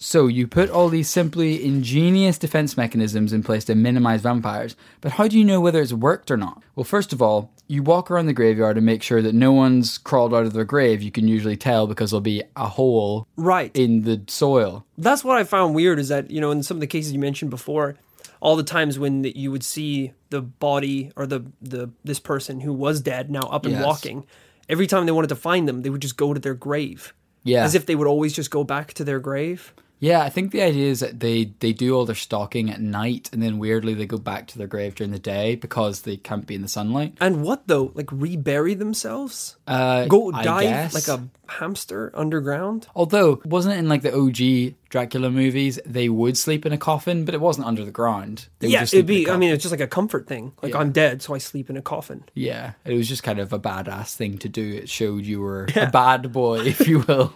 A: So, you put all these simply ingenious defense mechanisms in place to minimize vampires, but how do you know whether it's worked or not? Well, first of all, you walk around the graveyard and make sure that no one's crawled out of their grave. You can usually tell because there'll be a hole
D: right.
A: in the soil.
D: that's what I found weird is that you know in some of the cases you mentioned before, all the times when that you would see the body or the the this person who was dead now up and
A: Yes.
D: walking, every time they wanted to find them, they would just go to their grave.
A: Yeah.
D: as if they would always just go back to their grave.
A: Yeah, I think the idea is that they they do all their stalking at night, and then weirdly they go back to their grave during the day because they can't be in the sunlight.
D: And what though? Like rebury themselves?
A: Uh,
D: go
A: I
D: dive
A: guess.
D: like a hamster underground?
A: Although wasn't it in like the OG Dracula movies they would sleep in a coffin, but it wasn't under the ground. They would
D: yeah,
A: just
D: it'd
A: sleep in a
D: be. I
A: coffin.
D: mean, it's just like a comfort thing. Like I'm dead, so I sleep in a coffin.
A: yeah, it was just kind of a badass thing to do. It showed you were a bad boy, if
D: [LAUGHS]
A: you will.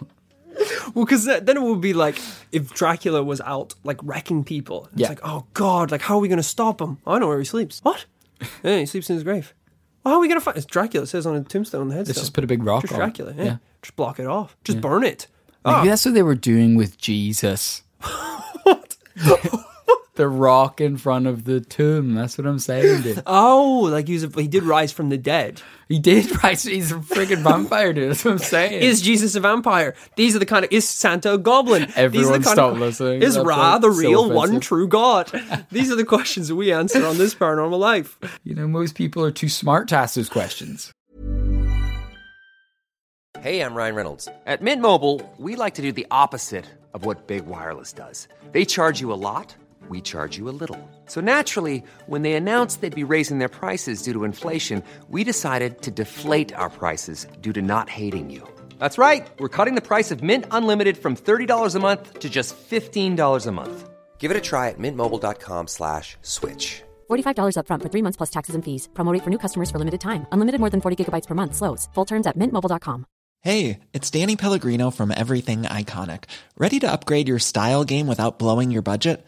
D: Well, because then it would be like if Dracula was out, like wrecking people. It's
A: Yeah.
D: like, oh God, like how are we going to stop him? I know where he sleeps.
A: [LAUGHS]
D: What? yeah, he sleeps in his grave. Well, how are we going to find? It's Dracula it says on a tombstone, on the headstone.
A: Let's just put a big rock
D: Just
A: on.
D: Dracula.
A: it.
D: Yeah. Ah. Just block it off. Just burn it.
A: Maybe that's what they were doing with
D: [LAUGHS]
A: Jesus. [LAUGHS] the rock in front of the tomb. That's what I'm saying, dude.
D: [LAUGHS] Oh, like he's a, he did rise from the dead.
A: He did, [LAUGHS] right? So He's a freaking [LAUGHS] vampire, dude. That's what I'm saying.
D: Is Jesus a vampire? These are the kind of is Santa a goblin? These are the
A: Everyone
D: kind
A: stop
D: of,
A: listening.
D: Is
A: That's,
D: Ra
A: like,
D: the
A: so
D: real one
A: offensive.
D: true God?
A: [LAUGHS]
D: These are the questions that we answer on this paranormal life.
A: you know, most people are too smart to ask those questions.
E: Hey, I'm Ryan Reynolds. At Mint Mobile, we like to do the opposite of what Big Wireless does. They charge you a lot, we charge you a little. So naturally, when they announced they'd be raising their prices due to inflation, we decided to deflate our prices due to not hating you. That's right. We're cutting the price of Mint Unlimited from $30 a month to just $15 a month. Give it a try at mintmobile.com slash switch.
F: $45 upfront for three months plus taxes and fees. Promo rate for new customers for limited time. Unlimited more than 40 gigabytes per month. Slows. Full terms at mintmobile.com.
G: Hey, it's Danny Pellegrino from Everything Iconic. Ready to upgrade your style game without blowing your budget?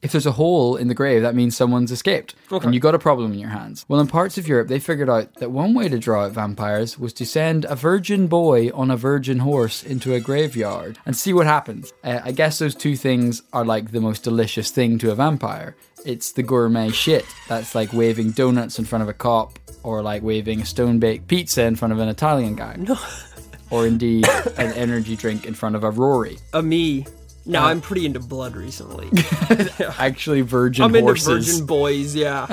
A: If there's a hole in the grave, that means someone's escaped, and you got a problem in your hands. Well, in parts of Europe, they figured out that one way to draw out vampires was to send a virgin boy on a virgin horse into a graveyard and see what happens. Uh, I guess those two things are like the most delicious thing to a vampire. It's the gourmet shit that's like waving donuts in front of a cop, or like waving a stone baked pizza in front of an Italian guy, [LAUGHS] or indeed an energy drink in front of a Rory.
D: A Uh, me.
H: Uh,
D: No, I'm pretty into blood
H: [LAUGHS]
D: recently.
A: Actually, virgin
D: I'm
A: horses.
D: into virgin
H: [LAUGHS]
D: boys, yeah.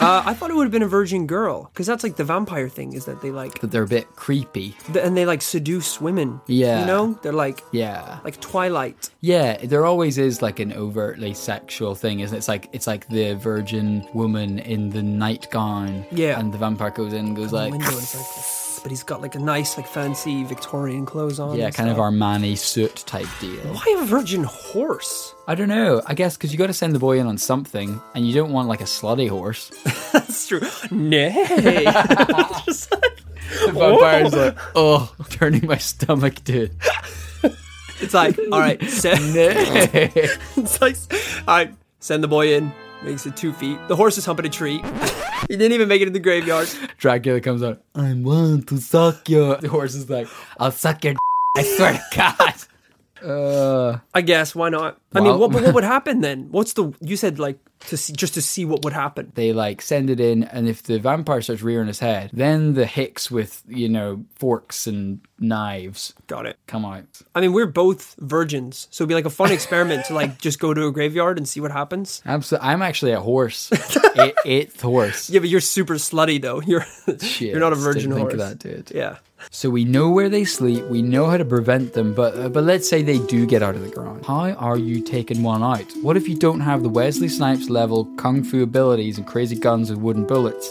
D: Uh, I thought it would have been a virgin girl, because that's like the vampire thing is that they like,
A: That they're a bit creepy.
D: th- and they like seduce women.
A: Yeah.
D: You know? They're like,
A: Yeah.
D: like Twilight.
A: Yeah, there always is like an overtly sexual thing, isn't it? It's like it's like the virgin woman in the nightgown.
D: Yeah.
A: And the vampire goes in and goes like
D: Window, and it's like, but he's got like a nice, like fancy Victorian clothes on.
A: Yeah,
D: and
A: kind of
D: stuff.
A: Armani suit type deal.
D: Why a virgin horse? [LAUGHS]
A: I don't know. I guess because you got to send the boy in on something, and you don't want like a slutty horse.
D: That's true. Nay.
A: [LAUGHS] The vampire's like, [LAUGHS] oh, turning my stomach [LAUGHS] to.
D: [LAUGHS] It's like,
A: [LAUGHS]
D: all right, send. [LAUGHS] it's like, all right, send the boy in. Makes it two feet. The horse is humping a tree. [LAUGHS] he didn't even make it in the graveyard.
A: Dracula comes out. I want to suck your. The horse is like, I'll suck your. d- I swear to God.
D: I guess why not? I
A: Wow.
D: mean, what but what would happen then? What's the you said like to see, just to see what would happen?
A: they like send it in and if the vampire starts rearing his head then the hicks with you know forks and knives
D: Got it.
A: come out
D: I mean, we're both virgins, so it'd be like a fun experiment to like just go to a graveyard and see what happens.
A: Absol- i'm actually a
D: [LAUGHS]
A: horse Eight- eighth horse
D: Yeah, but you're super slutty though. [LAUGHS] You're
A: Shit,
D: you're not a
A: didn't
D: virgin
A: think
D: horse.
A: of that dude
D: Yeah.
A: so we know where they sleep we know how to prevent them but uh, but let's say they do get out of the ground how are you taking one out what if you don't have the wesley snipes level kung fu abilities and crazy guns and wooden bullets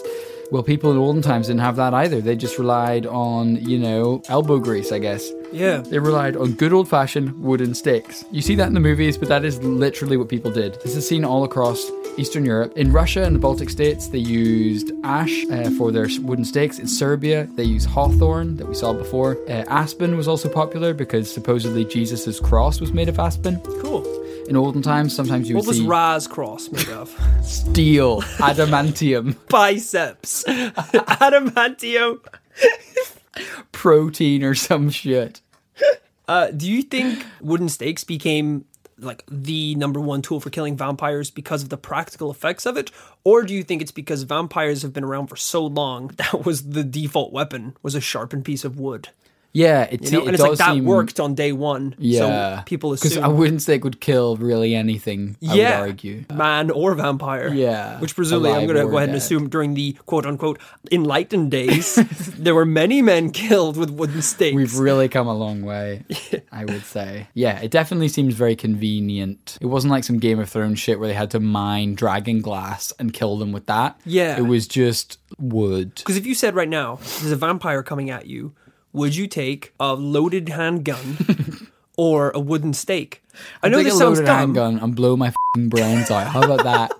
A: well, people in olden times didn't have that either. They just relied on, you know, elbow grease, I guess.
D: Yeah.
A: They relied on good old fashioned wooden sticks. You see that in the movies, but that is literally what people did. This is seen all across Eastern Europe. In Russia and the Baltic states, they used ash uh, for their s- wooden stakes. In Serbia, they use hawthorn that we saw before. Uh, aspen was also popular because supposedly Jesus' cross was made of aspen.
D: Cool.
A: In olden times, sometimes you would
D: What was
A: see
D: Raz Cross made of?
A: steel, adamantium,
D: [LAUGHS]
A: [LAUGHS]
D: Biceps. [LAUGHS] Adamantio.
A: protein, or some shit.
D: Uh, do you think wooden stakes became like the number one tool for killing vampires because of the practical effects of it, or do you think it's because vampires have been around for so long [LAUGHS] that was the default weapon was a sharpened piece of wood?
A: Yeah, it,
D: You
A: se-
D: know, and
A: it
D: it's
A: does
D: like that
A: seem-
D: worked on day one.
A: Yeah,
D: so people
A: because
D: assume
A: a wooden stake would kill really anything. I would
D: yeah,
A: argue.
D: man or vampire.
A: Yeah,
D: which presumably I'm
A: alive
D: going to
A: or
D: go ahead and
A: dead.
D: assume during the quote unquote
A: [LAUGHS]
D: enlightened days, there were many men killed with wooden stakes.
A: We've really come a long
D: [LAUGHS]
A: way, I would say. Yeah, it definitely seems very convenient. It wasn't like some Game of Thrones shit where they had to mine dragon glass and kill them with that.
D: Yeah.
A: It was just wood.
D: Because if you said right now, there's a vampire coming at you, would you take a loaded handgun
A: [LAUGHS]
D: or a wooden stake? I know
A: Take
D: this
A: a
D: sounds
A: loaded
D: dumb.
A: handgun and blow my fing brains out. How about
D: [LAUGHS]
A: that?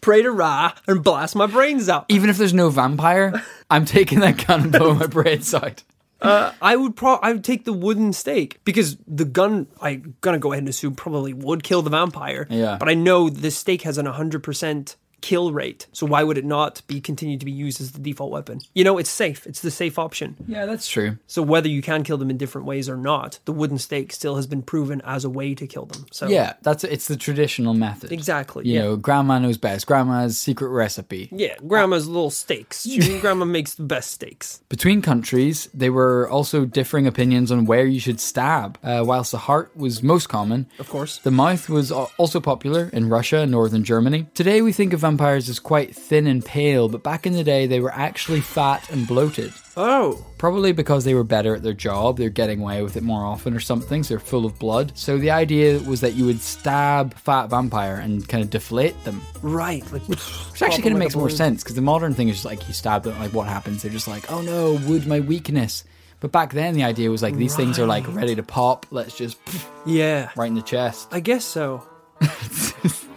D: Pray to Ra and blast my brains out.
A: Even if there's no vampire, I'm taking that gun and
D: [LAUGHS]
A: blowing my brains out.
D: I would pro- I would take the wooden stake because the gun. I'm gonna go ahead and assume probably would kill the vampire.
A: Yeah.
D: But I know this stake has an 100 percent kill rate, so why would it not be continue to be used as the default weapon? You know, it's safe. It's the safe option.
A: Yeah, that's true.
D: So whether you can kill them in different ways or not, the wooden stake still has been proven as a way to kill them. So
A: Yeah, that's it's the traditional method.
D: Exactly,
A: You
D: yeah.
A: know, grandma knows best. Grandma's secret recipe.
D: Yeah, grandma's
A: [LAUGHS]
D: little steaks. She, grandma makes the best steaks.
A: Between countries, they were also differing opinions on where you should stab. Uh, whilst the heart was most common,
D: Of course.
A: the mouth was al- also popular in Russia and northern Germany. Today, we think of vampires as quite thin and pale, but back in the day, they were actually fat and bloated.
D: Oh,
A: Probably because they were better at their job, they're getting away with it more often or something, so they're full of blood. So the idea was that you would stab fat vampire and kind of deflate them.
D: right. Like,
A: Which actually kind of makes more sense because the modern thing is just like you stab them, like what happens? They're just like, oh no, wood, my weakness. But back then, the idea was like these things are like ready to pop. Let's just pff,
D: Yeah,
A: [LAUGHS] right in the chest.
D: I guess so.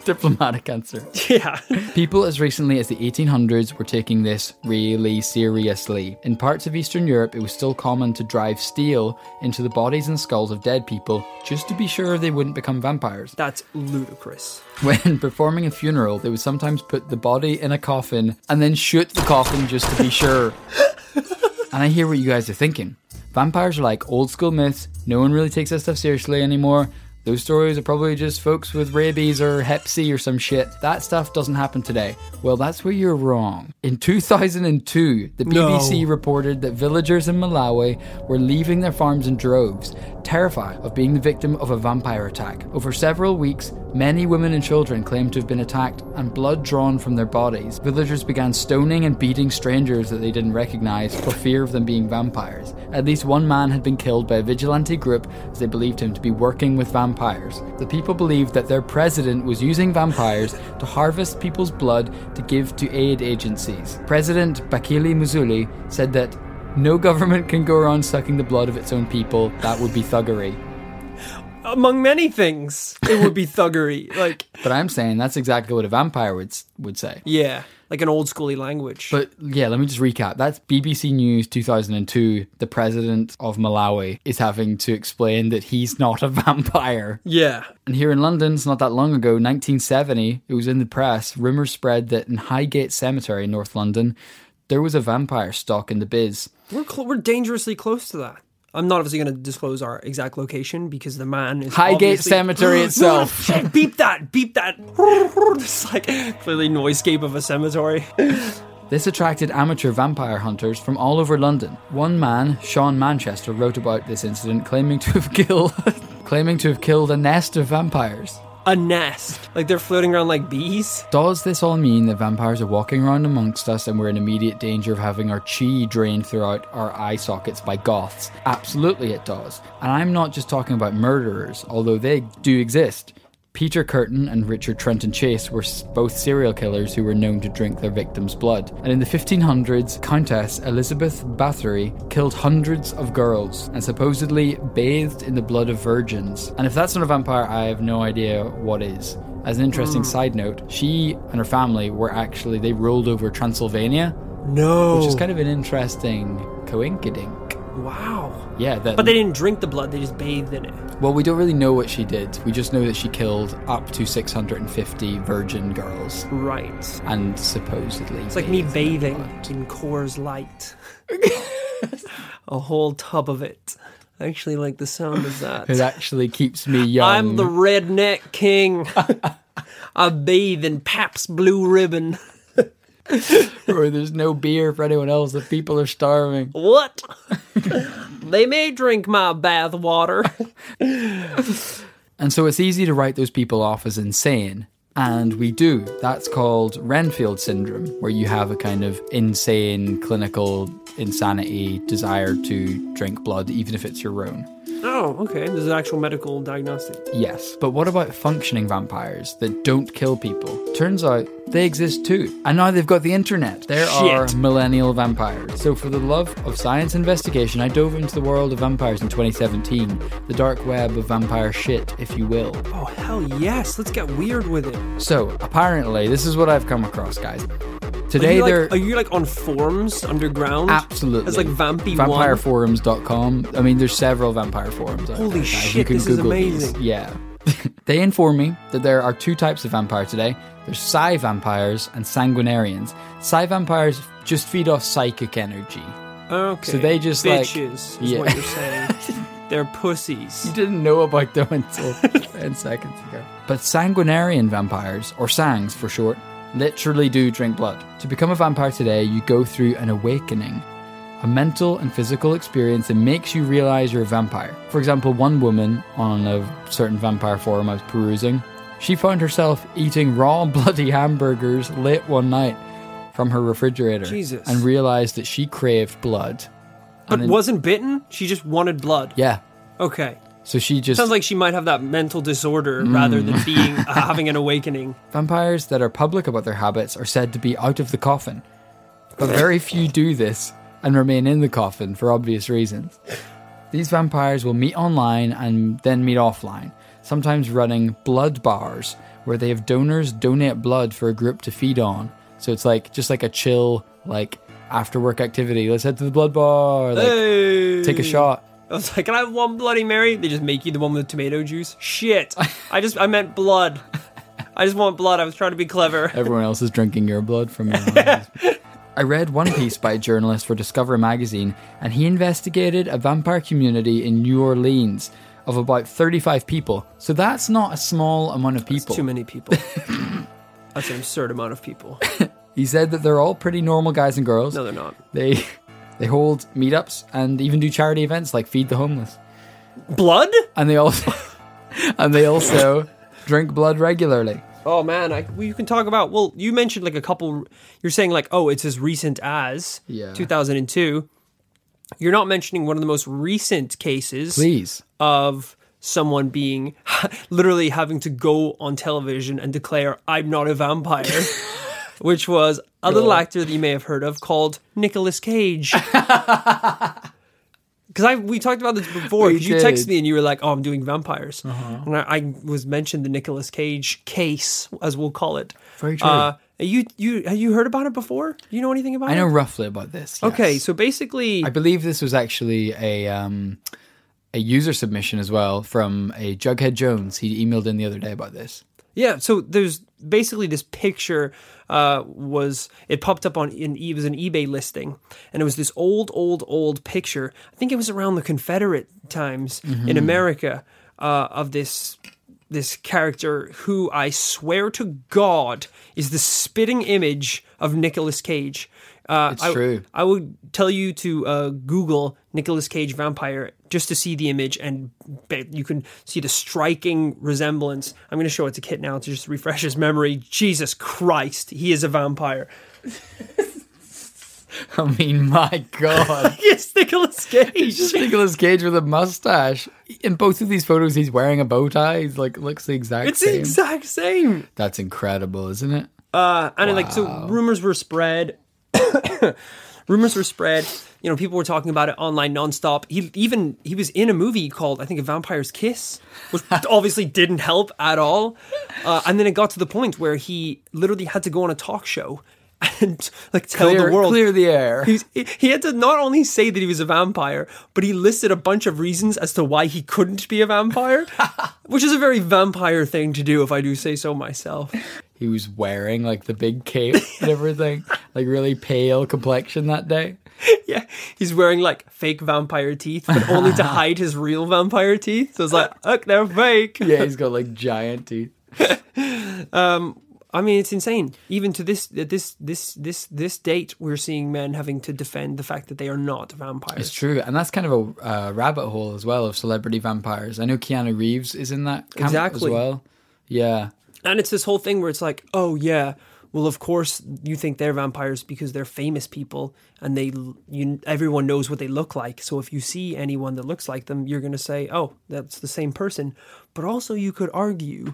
A: Diplomatic [LAUGHS] answer.
D: Yeah.
A: People as recently as the 1800s were taking this really seriously. In parts of Eastern Europe, it was still common to drive steel into the bodies and skulls of dead people just to be sure they wouldn't become vampires.
H: That's ludicrous.
A: When [LAUGHS] performing a funeral, they would sometimes put the body in a coffin and then shoot the coffin just to be sure. and I hear what you guys are thinking. Vampires are like old school myths, no one really takes that stuff seriously anymore. Those stories are probably just folks with rabies or hep C or some shit. That stuff doesn't happen today. Well, that's where you're wrong. In 2002, the BBC reported that villagers in Malawi were leaving their farms in droves, terrified of being the victim of a vampire attack. Over several weeks, many women and children claimed to have been attacked and blood drawn from their bodies. Villagers began stoning and beating strangers that they didn't recognize for fear of them being vampires. At least one man had been killed by a vigilante group as they believed him to be working with vampires. The people believed that their president was using vampires to harvest people's blood to give to aid agencies. President Bakili Muzuli said that no government can go around sucking the blood of its own people. That would be thuggery.
D: Among many things, it would be thuggery. [LAUGHS] Like,
A: But I'm saying that's exactly what a vampire would s- would say.
D: yeah, like an old schooly language.
A: But yeah, let me just recap. That's BBC News 2002. The president of Malawi is having to explain that he's not a [LAUGHS] vampire.
D: yeah.
A: And here in London, it's not that long ago, 1970, it was in the press. Rumours spread that in Highgate Cemetery in North London, there was a vampire stuck in the biz.
D: We're, cl- we're dangerously close to that. I'm not obviously going to disclose our exact location because the man is
A: Highgate
D: obviously- [GASPS]
A: Cemetery itself.
D: Shit, beep that, beep that. [LAUGHS] It's like clearly noisecape of a cemetery.
A: This attracted amateur vampire hunters from all over London. One man, Sean Manchester, wrote about this incident, claiming to have [LAUGHS] killed, claiming to have killed a nest of vampires.
D: A nest, like they're floating around like bees.
A: Does this all mean that vampires are walking around amongst us and we're in immediate danger of having our chi drained throughout our eye sockets by goths? Absolutely, it does. And I'm not just talking about murderers, although they do exist. Peter Curtin and Richard Trenton Chase were s- both serial killers who were known to drink their victims' blood. And in the 1500s, Countess Elizabeth Bathory killed hundreds of girls and supposedly bathed in the blood of virgins. And if that's not a vampire, I have no idea what is. As an interesting
D: Hmm.
A: side note, she and her family were actually they rolled over Transylvania,
D: No,
A: which is kind of an interesting coinkydink.
D: wow.
A: Yeah, that,
D: But they didn't drink the blood; they just bathed in it.
A: well, we don't really know what she did. We just know that she killed up to 650 virgin girls
D: Right. It's
A: and supposedly It's
D: like me bathing in
A: [LAUGHS]
D: Coors Light. a whole tub of it. I actually like the sound of that.
A: It actually keeps me young.
D: [LAUGHS] I'm the redneck king. I bathe in Pap's blue ribbon.
A: [LAUGHS] Or there's no beer for anyone else. The people are starving.
D: What?
A: [LAUGHS]
D: they may drink my
A: [LAUGHS]
D: bath water.
A: And so it's easy to write those people off as insane. And we do. That's called Renfield syndrome, where you have a kind of insane clinical insanity desire to drink blood, even if it's your own.
D: oh, okay. There's an actual medical diagnostic.
A: Yes, but what about functioning vampires that don't kill people? Turns out they exist too. And now they've got the internet. There are
D: Shit.
A: millennial vampires. So, for the love of science investigation, I dove into the world of vampires in 2017, the dark web of vampire shit, if you will.
D: Oh, hell yes. Let's get weird with it.
A: So, apparently, this is what I've come across, guys.
D: Are
A: Today
D: you,
A: they're.
D: like, are you like on forums underground?
A: Absolutely.
D: It's like Vampy One.
A: Vampireforums.com. I mean, there's several vampire forums. out
D: Holy
A: there, guys.
D: shit, this is amazing.
A: These. Yeah. [LAUGHS] they inform me that there are two types of vampire today there's psi vampires and sanguinarians. Psi vampires just feed off psychic energy.
D: okay.
A: So they just, like-
D: Bitches is
A: Yeah.
D: what you're saying.
A: [LAUGHS]
D: They're pussies.
A: You [LAUGHS] didn't know about them until 10 seconds ago. But sanguinarian vampires, or sangs for short, literally do drink blood. To become a vampire today, you go through an awakening, a mental and physical experience that makes you realize you're a vampire. For example, one woman on a certain vampire forum I was perusing, she found herself eating raw, [LAUGHS] bloody hamburgers late one night from her refrigerator
D: Jesus.
A: and realized that she craved blood.
D: But wasn't bitten. She just wanted blood.
A: Yeah.
D: Okay.
A: So she just
D: Sounds like she might have that mental disorder
A: Mm. [LAUGHS]
D: rather than being uh, having an awakening.
A: Vampires that are public about their habits are said to be out of the coffin, but very few do this and remain in the coffin for obvious reasons. These vampires will meet online and then meet offline. sometimes running blood bars where they have donors donate blood for a group to feed on. So it's like just like a chill, like after work activity. Let's head to the blood bar, [LAUGHS] like take a shot.
D: I was like, can I have one Bloody Mary? They just make you the one with the tomato juice.
A: [LAUGHS]
D: Shit. I just, I meant blood. I just want blood. I was trying to be clever.
A: Everyone else is drinking your blood from
D: [LAUGHS]
A: your eyes. I read one piece by a journalist for Discover magazine, and he investigated a vampire community in New Orleans of about 35 people. So that's not a small amount of people.
D: Too
A: [LAUGHS]
D: many people. That's an absurd amount of people.
A: He said that they're all pretty normal guys and girls.
D: No, they're not.
A: They they hold meetups and even do charity events like feed the homeless.
D: Blood?
A: And they also [LAUGHS] and they also drink blood regularly.
D: Oh man, I, well, you can talk about. Well, you mentioned like a couple. You're saying like, oh, it's as recent as
A: Yeah.
D: 2002. You're not mentioning one of the most recent cases
A: Please.
D: of someone being [LAUGHS] literally having to go on television and declare, "I'm not a
A: [LAUGHS]
D: vampire," which was a little actor that you may have heard of called Nicolas Cage.
A: [LAUGHS]
D: Because I we talked about this before.
A: We
D: 'cause you texted
A: did. Uh-huh.
D: me and you were like, "Oh, I'm doing vampires," and I, I was mentioned the Nicolas Cage case, as we'll call it.
A: Very true.
D: Uh, you you have you heard about it before? Do you know anything about
A: I know
D: it?
A: roughly about this. yes.
D: Okay, so basically,
A: I believe this was actually a um, a user submission as well from a Jughead Jones. He emailed in the other day about this. [LAUGHS]
D: Yeah, so there's basically this picture uh, was it popped up on in E, it was an eBay listing, and it was this old, old, old picture. I think it was around the Confederate times
A: Mm-hmm.
D: in America uh, of this this character who I swear to God is the spitting image of Nicolas Cage. Uh,
A: It's
D: I-
A: true.
D: I would tell you to uh, Google Nicolas Cage vampire just to see the image, and ba- you can see the striking resemblance. I'm going to show it to Kit now to just refresh his memory. Jesus Christ, he is a vampire. [LAUGHS]
A: I mean, my
D: [LAUGHS]
A: God.
D: Yes, Nicolas Cage.
A: Just Nicolas Cage with a mustache. In both of these photos, he's wearing a bow tie. He's like looks the exact
D: It's the
A: same.
D: exact same.
A: That's incredible, isn't it?
D: and like so rumors were spread [COUGHS] rumors were spread you know people were talking about it online nonstop he even he was in a movie called i think a vampire's kiss
A: [LAUGHS]
D: which obviously didn't help at all uh, and then it got to the point where he literally had to go on a talk show [LAUGHS] and like tell
A: Clear-
D: the world
A: clear the air.
D: He's- he, he had to not only say that he was a vampire but he listed a bunch of reasons as to why he couldn't be a
A: [LAUGHS]
D: vampire which is a very vampire thing to do if i do say so myself
A: He was wearing like the big cape
D: [LAUGHS]
A: and everything. like really pale complexion that day.
D: Yeah, [LAUGHS] he's wearing like fake vampire teeth, but only
A: [LAUGHS]
D: to hide his real vampire teeth. So it's like, look, they're fake.
A: Yeah, he's got like giant teeth.
D: I mean, it's insane. Even to this, at this, this, this, this date, we're seeing men having to defend the fact that they are not vampires.
A: It's true, and that's kind of a uh, rabbit hole as well of celebrity vampires. I know Keanu Reeves is in that camp
D: Exactly.
A: as well. Yeah,
D: And it's this whole thing where it's like, oh yeah, well of course you think they're vampires because they're famous people and they you everyone knows what they look like. So if you see anyone that looks like them, you're going to say, "Oh, that's the same person." But also you could argue,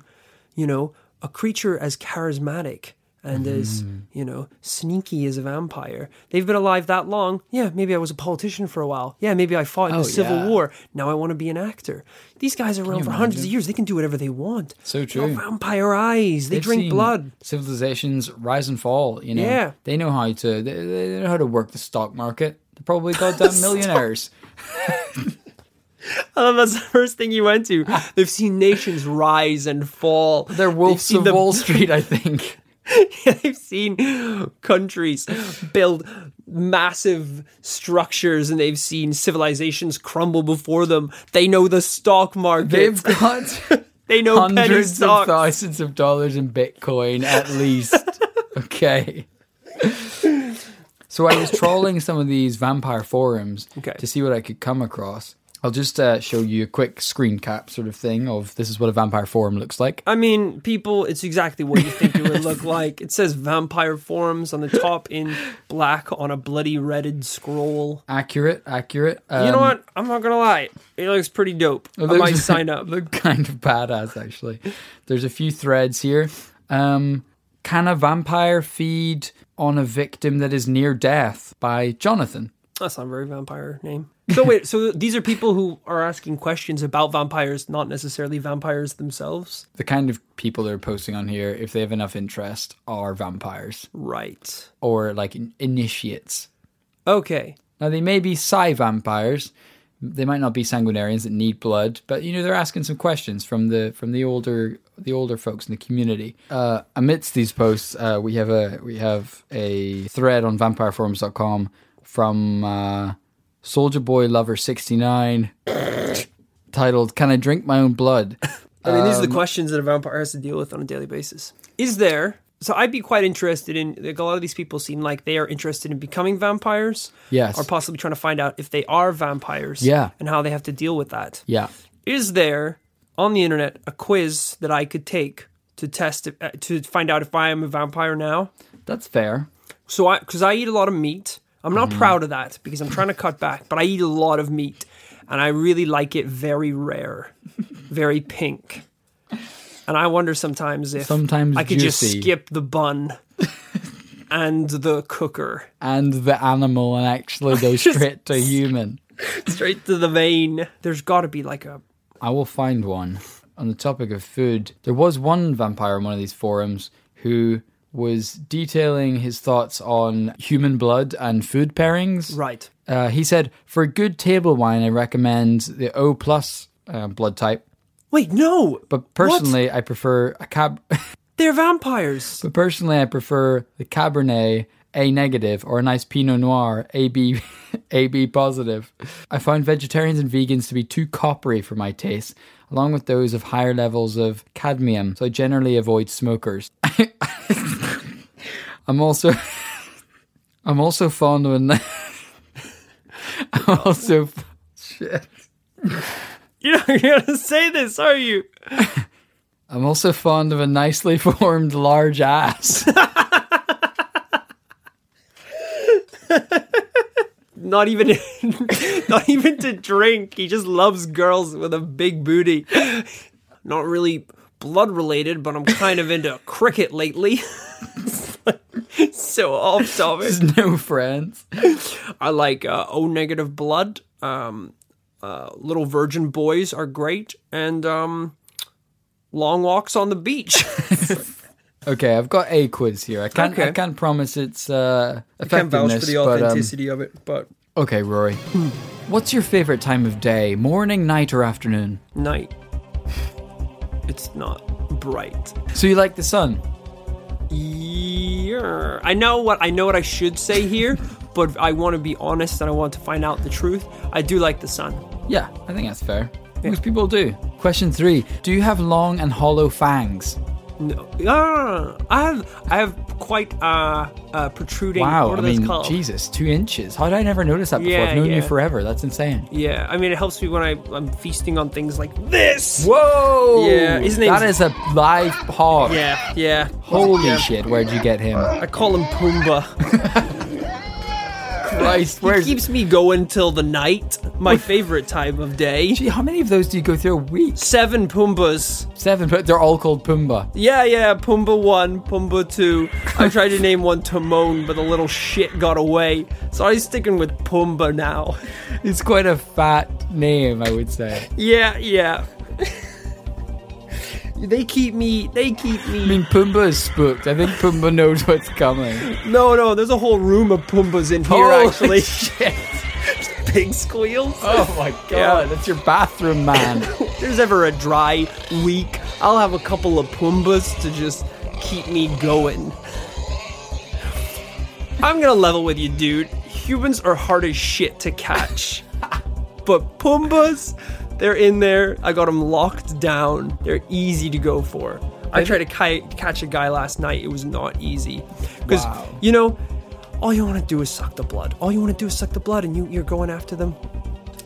D: you know, a creature as charismatic and as,
A: Mm-hmm.
D: you know, sneaky as a vampire. They've been alive that long. Yeah, maybe I was a politician for a while. Yeah, maybe I fought in
A: Oh,
D: the Civil
A: yeah.
D: War. Now I want to be an actor. These guys are around for hundreds of years. They can do whatever they want.
A: So
D: They're
A: true.
D: vampire eyes. They
A: They've
D: drink
A: seen
D: blood. [LAUGHS]
A: Civilizations rise and fall. You know,
D: Yeah.
A: they know how to. They, they know how to work the stock market. They're probably goddamn millionaires.
D: Oh, that's the first thing you went to. They've seen nations rise and fall.
A: Ah. They're
D: They've
A: wolves
D: seen
A: of
D: the- [LAUGHS]
A: Wall Street, I think.
D: They've seen countries build massive structures, and they've seen civilizations crumble before them. They know the stock market.
A: They've got
D: they know penny
A: hundreds of
D: stocks.
A: thousands of dollars in Bitcoin at least.
D: [LAUGHS]
A: okay. So I was trawling some of these vampire forums
D: Okay.
A: to see what I could come across. I'll just uh, show you a quick screen cap sort of thing of this is what a vampire forum looks like.
D: I mean, people, it's exactly what you think it would look like. It says vampire forums on the top in black on a bloody redded scroll.
A: Accurate, accurate.
D: you know
A: Um,
D: what? I'm not gonna lie. It looks pretty dope. I might
A: Those
D: sign
A: [LAUGHS]
D: up.
A: Look [LAUGHS] kind of badass actually. There's a few threads here. Um, can a vampire feed on a victim that is near death by Jonathan?
D: That's not a very vampire name. So wait, so [LAUGHS] these are people who are asking questions about vampires, not necessarily vampires themselves.
A: The kind of people they're posting on here, if they have enough interest, are vampires
D: Right.
A: or like in- initiates.
D: Okay.
A: Now, they may be psi vampires. They might not be sanguinarians that need blood, but you know they're asking some questions from the from the older the older folks in the community. Uh, amidst these posts, uh, we have a we have a thread on vampireforums.com from uh, Soldier Boy Lover sixty nine, [COUGHS] titled "Can I Drink My Own Blood?"
D: I mean, these
A: Um,
D: are the questions that a vampire has to deal with on a daily basis. Is there? So I'd be quite interested in. Like, a lot of these people seem like they are interested in becoming vampires.
A: Yes.
D: Or possibly trying to find out if they are vampires.
A: Yeah.
D: And how they have to deal with that.
A: Yeah.
D: Is there on the internet a quiz that I could take to test if, uh, to find out if I am a vampire now?
A: That's fair.
D: So I because I eat a lot of meat. I'm not proud of that because I'm trying to cut back, but I eat a lot of meat and I really like it very [LAUGHS] rare, very pink. And I wonder sometimes if
A: Sometimes
D: I could
A: juicy.
D: just skip the [LAUGHS] bun and the cooker
A: And the animal and actually go straight to human.
D: straight to the vein. There's got to be like a
A: I will find one. On the topic of food, there was one vampire on one of these forums who was detailing his thoughts on human blood and food pairings.
D: right.
A: Uh, he said, "For a good table wine, I recommend the O plus uh, blood type,
D: Wait, no.
A: but personally, I prefer a cab.
D: they're vampires.
A: but personally, I prefer the Cabernet." A negative or a nice Pinot Noir, [LAUGHS] AB, AB positive. I find vegetarians and vegans to be too coppery for my taste, along with those of higher levels of cadmium, so I generally avoid smokers. [LAUGHS] I'm also [LAUGHS] I'm also fond of an [LAUGHS] I'm also f- shit.
D: [LAUGHS] You're not going to say this, are you?
A: I'm also fond of a nicely formed large ass. [LAUGHS]
D: Not even [LAUGHS] not even to drink. He just loves girls with a big booty. Not really blood related, but I'm kind of into [LAUGHS] cricket lately. so off topic.
A: There's no friends.
D: I like uh, O negative blood. Um, uh, little virgin boys are great, and um, long walks on the beach. [LAUGHS]
A: Okay, I've got a quiz here. I can't I
D: Okay.
A: can't promise its uh, effectiveness, but, um,
D: of it, but
A: okay, Rory, what's your favorite time of day? Morning, night, or afternoon?
D: night. It's not bright.
A: So you like the sun?
D: Yeah. I know what I know what I should say here, but I want to be honest and I want to find out the truth. I do like the sun.
A: Yeah, I think that's fair. Most people do. Question three: Do you have long and hollow fangs?
D: No, ah, I have I have quite uh, uh protruding.
A: Wow,
D: what
A: I
D: are those
A: mean,
D: called?
A: Jesus, two inches. How did I never notice that before?
D: Yeah,
A: I've known you
D: yeah.
A: forever. That's insane.
D: Yeah, I mean it helps me when I I'm feasting on things like this.
A: Whoa!
D: Yeah, his name's-
A: that is a live hog.
D: Yeah, yeah.
A: Holy
D: Yeah.
A: shit! Where'd you get
D: [LAUGHS]
A: him?
D: I call him Pumbaa.
A: Christ,
D: He
A: where's?
D: keeps me going till the night, my favorite time of day.
A: Gee, how many of those do you go through a week?
D: Seven Pumbas.
A: Seven, but they're all called Pumbaa.
D: Yeah, yeah, Pumba 1, Pumba 2. I tried to name one Timon, but the little shit got away. So I'm sticking with Pumba now.
A: It's quite a fat name, I would say.
D: Yeah, yeah. they keep me, they keep
A: I
D: me.
A: mean, Pumbaa is spooked. I think Pumbaa knows what's coming.
D: No, no, there's a whole room of Pumbas in here,
A: Holy
D: [LAUGHS]
A: [LAUGHS]
D: actually.
A: shit!
D: Pig squeals.
A: Oh my god, that's your bathroom man.
D: If [LAUGHS] there's ever a dry week, I'll have a couple of Pumbas to just keep me going. I'm gonna level with you, dude. Humans are hard as shit to catch. but Pumbas, they're in there. I got them locked down. They're easy to go for. I tried to ki- catch a guy last night. It was not easy. Because, you know, all you wanna do is suck the blood. All you wanna do is suck the blood, and you, you're going after them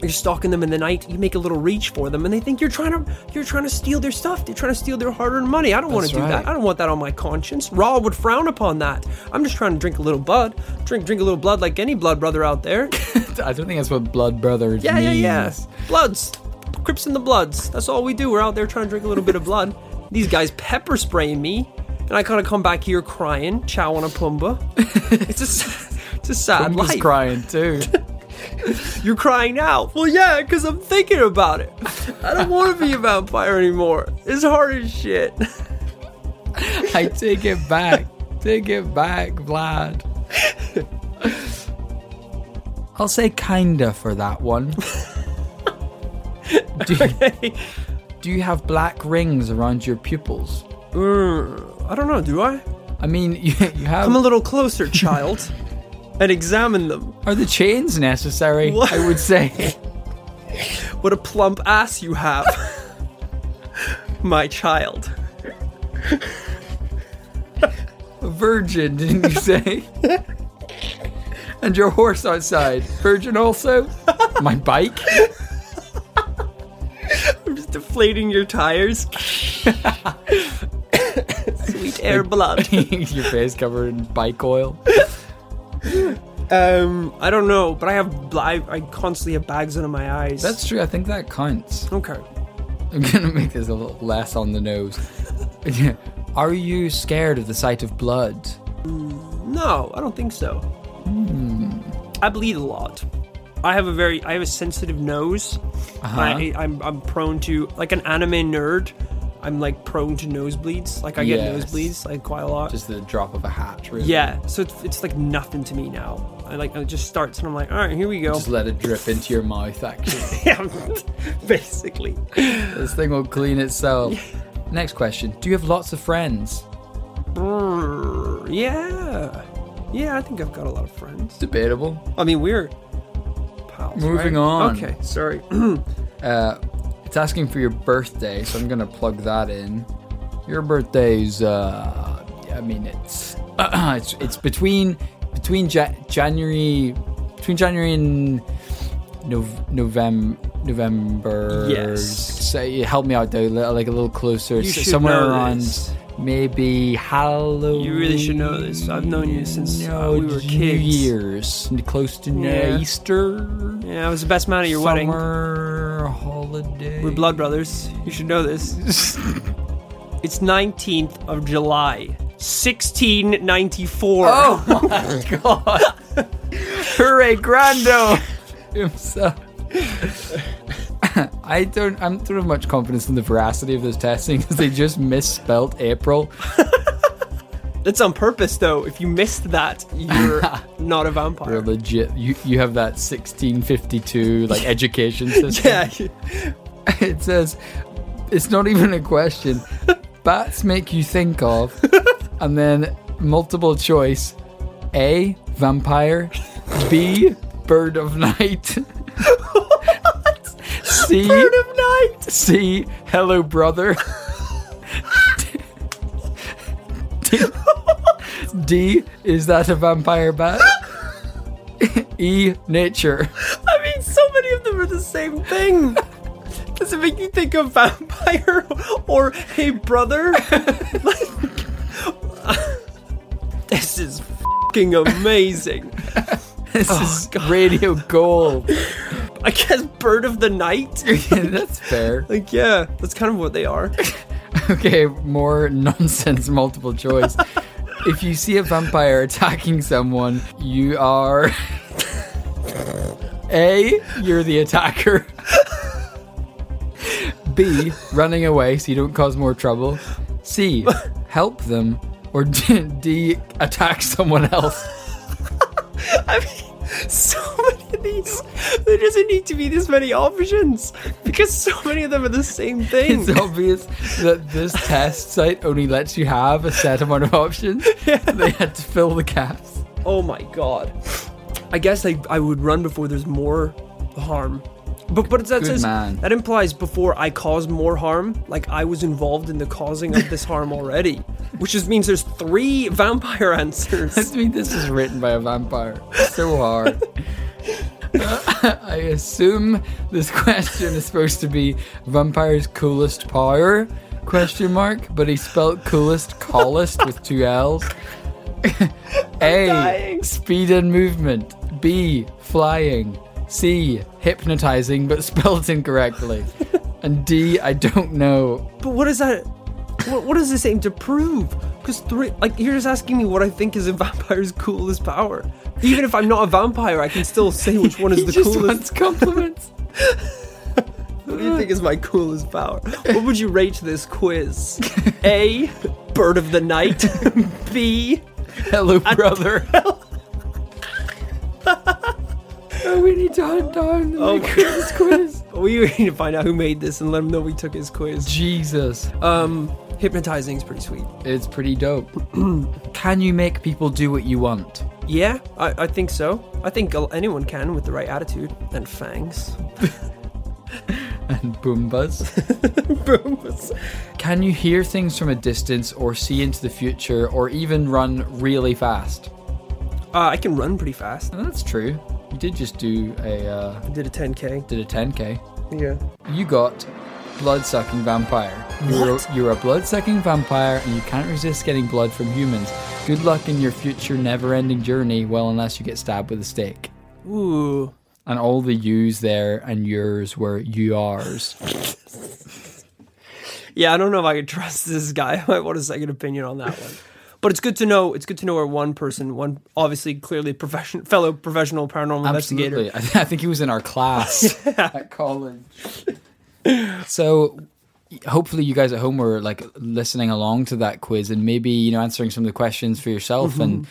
D: you're stalking them in the night you make a little reach for them and they think you're trying to you're trying to steal their stuff they're trying to steal their hard-earned money i don't want to
A: That's
D: do
A: right.
D: that i don't want that on my conscience raw would frown upon that i'm just trying to drink a little blood drink drink a little blood like any blood brother
A: [LAUGHS]
D: out there
A: I don't think that's what blood brother
D: yeah
A: means.
D: yeah yeah bloods crips and the bloods that's all we do we're out there trying to drink a little bit of blood these guys pepper spraying me and i kind of come back
A: [LAUGHS]
D: here crying chow on a pumba it's just it's a sad
A: Pumbaa's
D: life [LAUGHS]
A: crying too.
D: You're crying now. Well, yeah, because I'm thinking about it. I don't want to be a vampire anymore. It's hard as shit.
A: I take it back. take it back, Vlad. I'll say kinda for that one. do,
D: [LAUGHS]
A: you, do you have black rings around your pupils?
D: Mm, I don't know, do I?
A: I mean, [LAUGHS] you, you have.
D: Come a
A: [LAUGHS]
D: little closer, child, and examine them.
A: Are the chains necessary?
D: What?
A: I would
D: [LAUGHS]
A: say.
D: What a plump ass you have, [LAUGHS] my child.
A: A virgin, didn't you say? and your horse outside. Virgin also? My bike? [LAUGHS]
D: I'm just deflating your tires. [LAUGHS] Sweet air blood.
A: [LAUGHS] your face covered in bike oil.
D: Um, I don't know, but I have bl- I, I constantly have bags under my eyes.
A: That's true. I think that counts.
D: okay.
A: I'm gonna make this a little less on the nose. [LAUGHS] Yeah. Are you scared of the sight of blood?
D: No, I don't think so.
A: Hmm.
D: I bleed a lot. I have a very I have a sensitive nose.
A: Uh-huh.
D: I, I'm I'm prone to like an anime nerd. I'm like prone to nosebleeds. Like I get
A: Yes.
D: nosebleeds like quite a lot.
A: Just the drop of a hat, really.
D: yeah, so it's, it's like nothing to me now. I like it just starts and I'm like, all right, here we go. [LAUGHS]
A: Just let it drip into your mouth, actually. [LAUGHS]
D: Basically, [LAUGHS]
A: this thing will clean itself. Next question Do you have lots of friends?
D: Brrr, yeah, yeah. I think I've got a lot of friends.
A: Debatable.
D: I mean, we're pals.
A: Moving
D: right?
A: on.
D: Okay, sorry. [CLEARS THROAT]
A: It's asking for your birthday, so I'm gonna plug that in. Your birthday's, uh, I mean, it's [CLEARS THROAT] it's it's between between ja- January between January and Nov- November November.
D: Yes.
A: Say, help me out though, li- like a little closer.
D: You
A: S-
D: should
A: somewhere
D: know
A: around
D: this.
A: maybe Halloween.
D: You really should know this. I've known you since, uh,
A: No,
D: we were
A: New
D: kids.
A: Years close to uh,
D: Yeah.
A: Easter.
D: yeah, I was the best man at your wedding.
A: Summer holiday.
D: We're blood brothers. You should know this. it's 19th of July, 1694. Oh, [LAUGHS]
A: Hooray, Grando himself. I don't. I'm don't have much confidence in the veracity of this testing because they just misspelt April.
D: that's on purpose, though. If you missed that, you're not a vampire.
A: They're legit. You you have that 1652 like education system.
D: [LAUGHS] Yeah.
A: [LAUGHS] It says it's not even a question. Bats make you think
D: [LAUGHS]
A: of, and then multiple choice: A. Vampire, B. Bird of night, C.
D: Bird of night.
A: C. Hello, brother. D, D. Is that a vampire bat? E. Nature.
D: I mean, so many of them are the same thing. Does it make you think of vampire [LAUGHS] or hey brother? [LAUGHS] Like, this is fucking amazing.
A: This
D: Oh,
A: is radio
D: [LAUGHS]
A: gold. [LAUGHS]
D: I guess bird of the [LAUGHS] night.
A: That's fair.
D: Like, yeah, that's kind of what they are.
A: Okay, more [LAUGHS] nonsense multiple choice. if you see a vampire attacking someone, you are. [LAUGHS] a. You're the attacker. B. Running away so you don't cause more trouble. C. Help them. Or [LAUGHS] D. D, attack someone else.
D: [LAUGHS] I mean, so many of these. There doesn't need to be this many options because so many of them are the [LAUGHS] same thing.
A: It's obvious that this test site only lets you have a set amount of options. They had to fill the gaps.
D: Oh my god. I guess I, I would run before there's more harm. But but that
A: Good
D: says
A: man.
D: that implies before I cause more harm, like I was involved in the causing of this [LAUGHS] harm already, which just means there's three vampire answers.
A: I mean, this is written by a vampire. It's so hard. Uh, [LAUGHS] I assume this question is supposed to be vampire's coolest power question mark, but he spelled coolest callest with two [LAUGHS] L's. A
D: dying.
A: speed and movement. B flying. C hypnotizing but spelled incorrectly. And D I don't know.
D: but what is that? What, what does this aim to prove? Because three, like, you're just asking me what I think is a [LAUGHS] vampire's coolest power. Even if I'm not a vampire, I can still say
A: [LAUGHS]
D: which one is the
A: just
D: coolest.
A: wants [LAUGHS] compliments.
D: What do you think is my coolest power? What would you rate this quiz? A. Bird of the night. [LAUGHS] B.
A: Hello,
D: [LAUGHS]
A: brother. oh, we need to hunt down the
D: Oh my-
A: maker of this quiz.
D: We need to find out who made this and let him know we took his
A: [LAUGHS]
D: quiz.
A: Jesus, Uh,
D: Um, hypnotizing is pretty sweet.
A: it's pretty dope. [CLEARS THROAT] Can you make people do what you want? [LAUGHS]
D: Yeah, I, I think so. I think a- anyone can with the right attitude and fangs.
A: And Boombas.
D: [LAUGHS] Boombas.
A: Can you hear things from a distance, or see into the future, or even run really fast?
D: Uh, I can run pretty fast.
A: And that's true. You did just do a uh,
D: I did a 10k.
A: did a 10k.
D: Yeah.
A: You got blood-sucking vampire. You're, a- you're a blood-sucking vampire, and you can't resist getting blood from humans. Good luck in your future never-ending journey. Well, unless you get stabbed with a stake.
D: Ooh.
A: And all the yous there and yours were you ours.
D: Yeah, I don't know if I could [LAUGHS] trust this guy. I might want a second opinion on that one. But it's good to know. It's good to know where one person, one obviously clearly profession, fellow professional paranormal investigator,
A: Absolutely. I, th- [LAUGHS] I think he was in our class at college. So hopefully you guys at home were like listening along to that quiz and maybe you know answering some of the questions for yourself and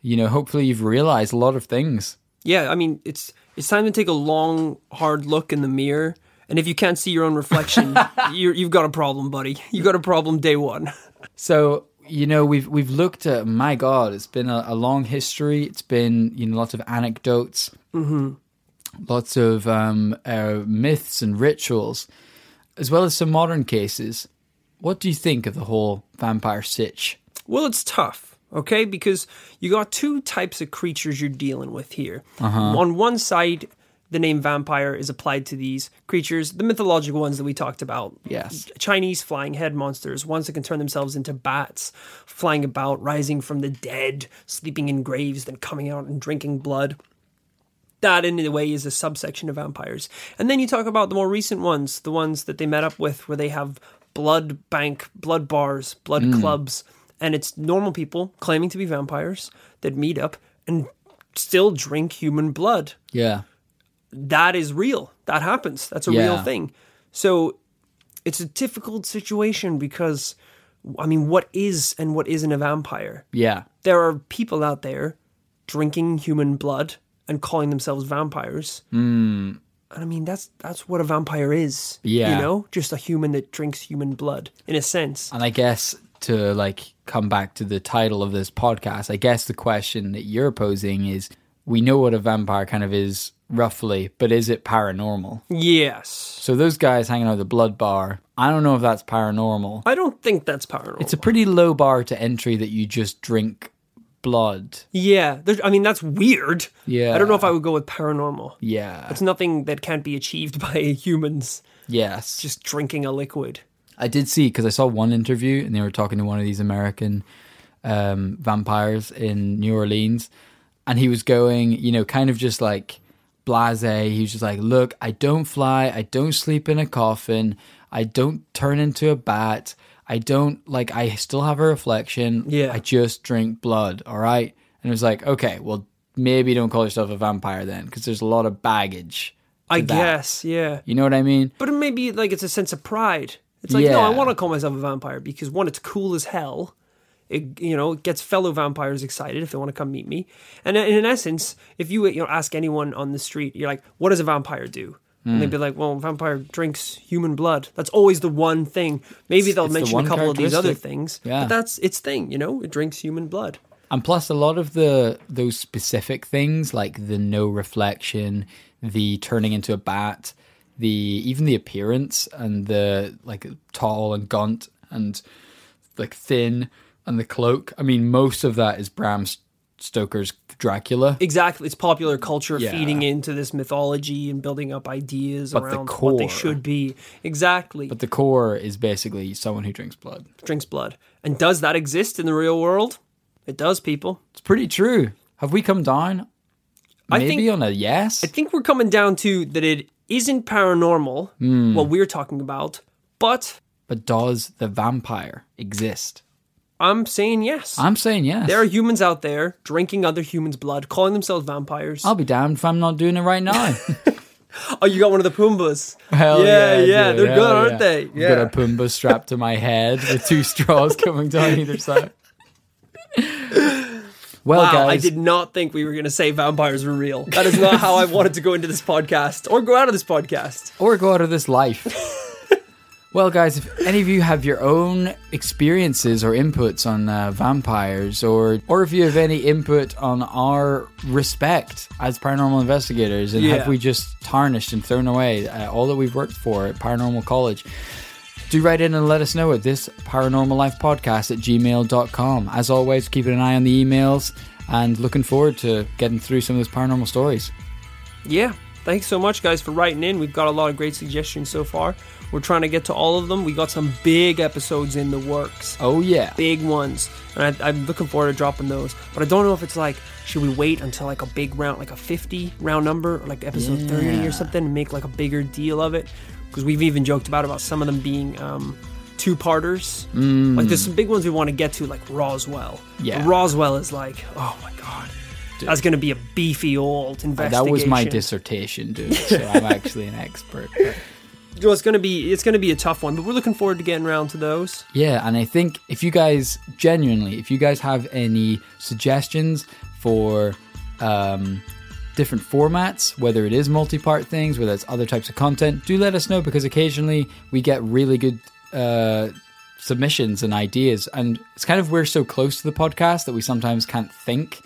A: you know hopefully you've realized a lot of things.
D: yeah, I mean, it's it's time to take a long, hard look in the mirror. And if you can't see your own reflection, you're, you've got a problem, buddy. You got a problem day one. [LAUGHS]
A: So you know we've we've looked at my god it's been a, a long history it's been you know lots of anecdotes lots of um, uh, myths and rituals as well as some modern cases what do you think of the whole vampire sitch
D: Well, it's tough, okay? Because you got two types of creatures you're dealing with here. On one side, the name vampire is applied to these creatures, the mythological ones that we talked about.
A: Yes.
D: Chinese flying head monsters, ones that can turn themselves into bats, flying about, rising from the dead, sleeping in graves, then coming out and drinking blood that in a way is a subsection of vampires. And then you talk about the more recent ones, the ones that they met up with where they have blood bank, blood bars, blood clubs, and it's normal people claiming to be vampires that meet up and still drink human blood.
A: yeah
D: That is real. That happens. That's a real
A: Yeah.
D: thing. So it's a difficult situation because I mean what is and what isn't a vampire?
A: yeah
D: there are people out there drinking human blood and calling themselves vampires. Mm. And I mean, that's that's what a vampire is.
A: Hmm. Yeah.
D: you know, just a human that drinks human blood in a sense.
A: and i guess to like come back to the title of this podcast i guess the question that you're posing is we know what a vampire kind of is roughly but is it paranormal
D: Yes,
A: So those guys hanging out at the blood bar, I don't know if that's paranormal.
D: I don't think that's paranormal.
A: It's a pretty low bar to entry that you just drink blood.
D: yeah. There's, I mean, that's weird.
A: Yeah.
D: I don't know if I would go with paranormal.
A: Yeah.
D: It's nothing that can't be achieved [LAUGHS] by humans
A: Yes.
D: just drinking a liquid.
A: I did see because I saw one interview and they were talking to one of these American um, vampires in New Orleans, and he was going, you know, kind of just like blase. He was just like, "Look, I don't fly. I don't sleep in a coffin. I don't turn into a bat. I don't like. I still have a reflection.
D: Yeah.
A: I just drink blood. All right." And it was like, "Okay, well, maybe don't call yourself a vampire then, because there's a lot of baggage." to
D: I
A: that.
D: guess, yeah.
A: You know what I mean?
D: But it may be like it's a sense of pride. It's like, no,
A: Yeah.
D: I want to call myself a vampire because one, it's cool as hell. It you know it gets fellow vampires excited if they want to come meet me. And uh, in essence, if you you know ask anyone on the street, you're like, what does a vampire do? And
A: Hmm.
D: they'd be like, well, vampire drinks human blood. That's always the one thing. Maybe they'll
A: it's the
D: mention
A: one
D: a couple of these other
A: characteristic.
D: things,
A: Yeah.
D: but that's its thing. You know, it drinks human blood.
A: And plus, a lot of the those specific things, like the no reflection, the turning into a bat, the even the appearance and the like tall and gaunt and like thin and the cloak. I mean, most of that is Bram Stoker's Dracula.
D: Exactly, it's popular culture
A: Yeah.
D: feeding into this mythology and building up ideas
A: the
D: around what they
A: core-
D: should be. Exactly.
A: But the core is basically someone who drinks blood.
D: drinks blood. And does that exist in the real world? It does, people.
A: It's pretty true. Have we come down?
D: I
A: Maybe
D: think-
A: on a yes.
D: I think we're
A: Hmm.
D: coming down to that it isn't paranormal, what we're talking about, but
A: But does the vampire exist?
D: I'm saying yes.
A: I'm saying yes.
D: there are humans out there drinking other humans' blood, calling themselves vampires.
A: I'll be damned if I'm not doing it right
D: [LAUGHS]
A: now.
D: Oh, you got one of the Pumbas.
A: Hell yeah,
D: yeah,
A: dude,
D: they're
A: hell
D: good, aren't
A: yeah.
D: they?
A: I've
D: Yeah.
A: got a Pumbaa strapped to my head with two straws [LAUGHS] coming down either
D: [LAUGHS]
A: side. Well,
D: Wow,
A: guys,
D: I did not think we were going to say vampires were real. That is not how I wanted to go into this podcast or go out of this podcast.
A: or go out of this life. well, guys, if any of you have your own experiences or inputs on uh, vampires, or or if you have any input on our respect as paranormal investigators, and have
D: Yeah.
A: we just tarnished and thrown away uh, all that we've worked for at Paranormal College? Do write in and let us know at this paranormal life podcast at gmail.com. As always, keeping an eye on the emails and looking forward to getting through some of those paranormal stories.
D: Yeah. Thanks so much, guys, for writing in. We've got a lot of great suggestions so far. We're trying to get to all of them. We got some big episodes in the works.
A: Oh, yeah.
D: Big ones, and I, I'm looking forward to dropping those. But I don't know if it's like, should we wait until like a big round, like a 50 round number, or like episode 30 or something, and make like a bigger deal of it? Because we've even joked about about some of them being um, two parters. Like there's some big ones we want to get to, like Roswell.
A: Mm. Yeah.
D: Roswell is like, oh my god, that's going to be a beefy old investigation.
A: That was my dissertation, dude. So
D: [LAUGHS]
A: I'm actually an expert.
D: Well, it's gonna be it's gonna be a tough one, but we're looking forward to getting around to those.
A: Yeah, and I think if you guys genuinely, if you guys have any suggestions for um, different formats, whether it is multi part things, whether it's other types of content, do let us know because occasionally we get really good uh, submissions and ideas. And it's kind of we're so close to the podcast that we sometimes can't think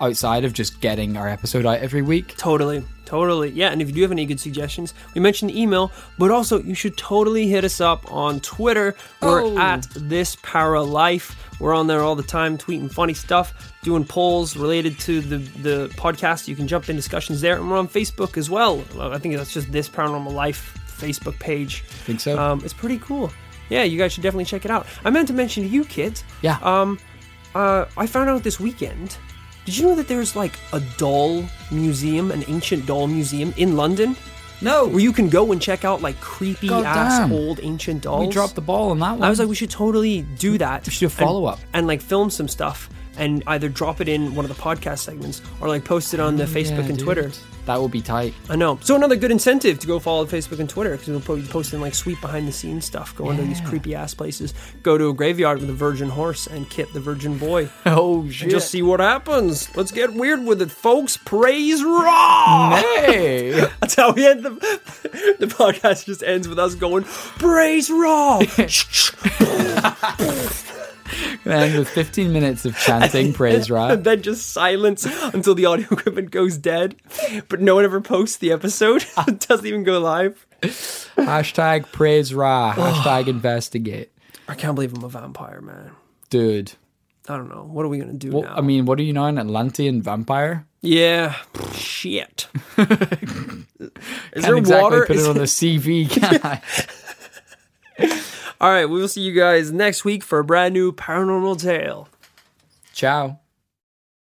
A: outside of just getting our episode out every week.
D: Totally, totally. Yeah, and if you do have any good suggestions, we mentioned the email, but also you should totally hit us up on Twitter. We're at this para life. We're on there all the time, tweeting funny stuff, doing polls related to the the podcast. You can jump in discussions there, and we're on Facebook as well. Well, I think that's just this paranormal life Facebook page.
A: Think so?
D: Um, it's pretty cool. Yeah, you guys should definitely check it out. I meant to mention to you kids.
A: Yeah.
D: Um, uh, I found out this weekend. Did you know that there's like a doll museum, an ancient doll museum in London,
A: No,
D: where
A: we,
D: you can go and check out like creepy
A: God
D: ass
A: damn.
D: old ancient dolls?
A: we dropped the ball on that one.
D: I was like, we should totally do that. We
A: should do a follow-up.
D: and, and like film some stuff and either drop it in one of the podcast segments or like post it on the
A: Oh, Yeah,
D: Facebook and
A: dude.
D: Twitter.
A: That would be tight.
D: I know. So another good incentive to go follow Facebook and Twitter because we'll po- be posting like sweet behind the scenes stuff, going to these creepy ass places, go to a graveyard with a virgin horse and Kit the virgin boy.
A: [LAUGHS] Oh shit!
D: And just see what happens. Let's get weird with it, folks. Praise
A: [LAUGHS]
D: Raw.
A: Hey,
D: That's how we end the [LAUGHS] the podcast. Just ends with us going
A: [LAUGHS]
D: praise Raw.
A: and with 15 minutes of chanting [LAUGHS] praise
D: and
A: rap.
D: then just silence until the audio [LAUGHS] equipment goes dead. But no one ever posts the episode. [LAUGHS] it doesn't even go live.
A: Hashtag praise ra. Hashtag investigate,
D: I can't believe I'm a vampire, man.
A: dude.
D: I don't know. What are we gonna do
A: Well,
D: now?
A: I mean, what are you now? An Atlantean vampire?
D: yeah,
A: [LAUGHS]
D: shit. Is
A: Can't
D: there
A: exactly
D: water?
A: put
D: Is
A: it on
D: there-
A: the CV, can I?
D: All right, we will see you guys next week for a brand new paranormal tale.
A: Ciao.